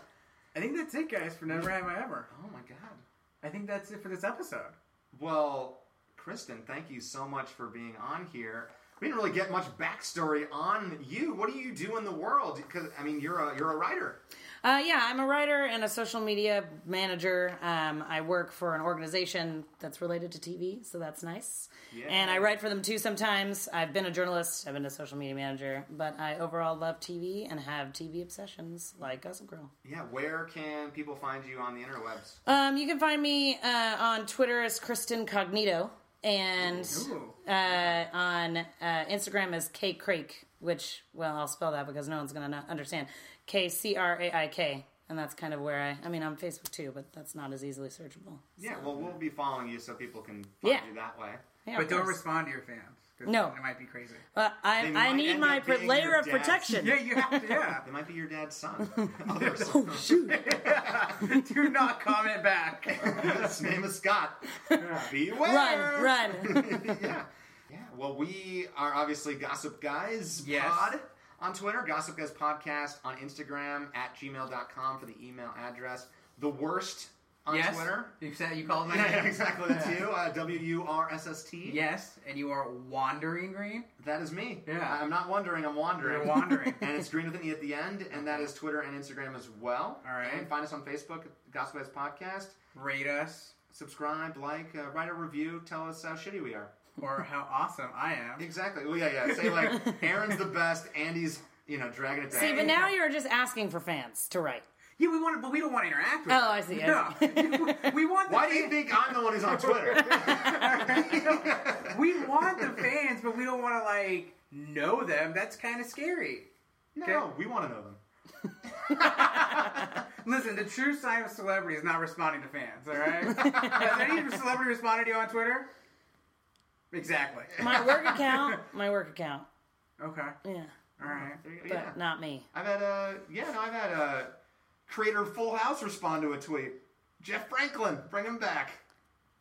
I think that's it, guys, for Never Have I Ever. my god. I think that's it for this episode. Well, Kristen, thank you so much for being on here. We didn't really get much backstory on you. What do you do in the world? Because I mean, you're a you're a writer. Uh, yeah, I'm a writer and a social media manager. Um, I work for an organization that's related to TV, so that's nice. Yeah. And I write for them too sometimes. I've been a journalist, I've been a social media manager, but I overall love TV and have TV obsessions like Gossip Girl. Yeah, where can people find you on the interwebs? Um, you can find me uh, on Twitter as Kristen Cognito and Ooh. uh, on uh, Instagram as K Crake, which, well, I'll spell that because no one's going to understand. K C R A I K. And that's kind of where I, I mean, I'm Facebook too, but that's not as easily searchable. Yeah, well, we'll be following you so people can find Yeah. you that way. Yeah, But of don't course. respond to your fans. 'cause No. It might be crazy. Uh, I, They I might need end my up pr- being layer your of dad. protection. Yeah, you have to, yeah. They might be your dad's son. Others. Do not comment back. His name is Scott. Beware. Run, run. yeah. Yeah. Well, we are obviously Gossip Guys Yes. Pod on Twitter, Gossip Guys Podcast on Instagram, at gmail.com for the email address. The worst on yes. Twitter. You said you called my Yeah, name. yeah, exactly. That's Yeah. you. Uh, w U R S S T. Yes, and you are wandering green. That is me. Yeah. I- I'm not wondering, I'm wandering. You're wandering. and it's green with an E at the end, and that is Twitter and Instagram as well. All right. And find us on Facebook, Gossip Guys Podcast. Rate us Subscribe, like, uh, write a review, tell us how shitty we are. or how awesome I am. Exactly. Well, yeah, yeah. Say like, Aaron's the best. Andy's you know, dragging it down. See, but now you're just asking for fans to write. Yeah, we want to, but we don't want to interact with Oh, them. I see, I No. we want the Why do you fan- think I'm the one who's on Twitter? we want the fans, but we don't want to like know them. That's kind of scary. no, we want to know them. Listen, the true sign of celebrity is not responding to fans. All right, has any celebrity responded to you on Twitter? Exactly. My work account, my work account. Okay. Yeah, All right. but Yeah. not me. I've had uh yeah, no, I've had uh creator Full House respond to a tweet. Jeff Franklin, bring him back.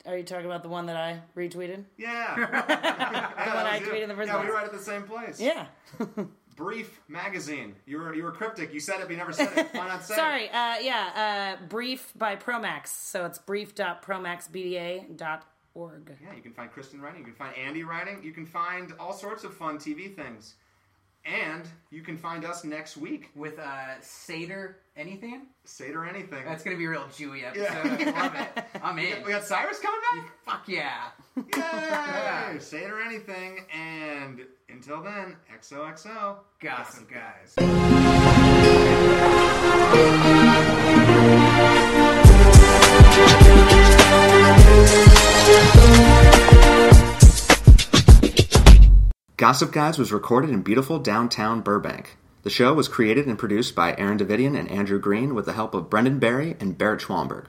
Are you talking about the one that I retweeted? Yeah. yeah that I was you. tweeted in the first Yeah, we place. were right at the same place. Yeah. Brief magazine. You were you were cryptic. You said it, but you never said it. Why not say Sorry. it? Uh, yeah. Uh, brief by Promax. So it's brief.promaxbda.org. Yeah, you can find Kristen writing, you can find Andy writing, you can find all sorts of fun TV things. And you can find us next week. With uh, Seder anything? Seder anything. That's gonna be a real Jewy episode. Yeah. I love it. I'm in. we got Cyrus coming back? Fuck yeah. Yay! Say it or anything, and until then, XOXO. Gossip guys. Gossip Guys was recorded in beautiful downtown Burbank. The show was created and produced by Aaron Davidian and Andrew Green with the help of Brendan Barry and Barrett Schwamberg.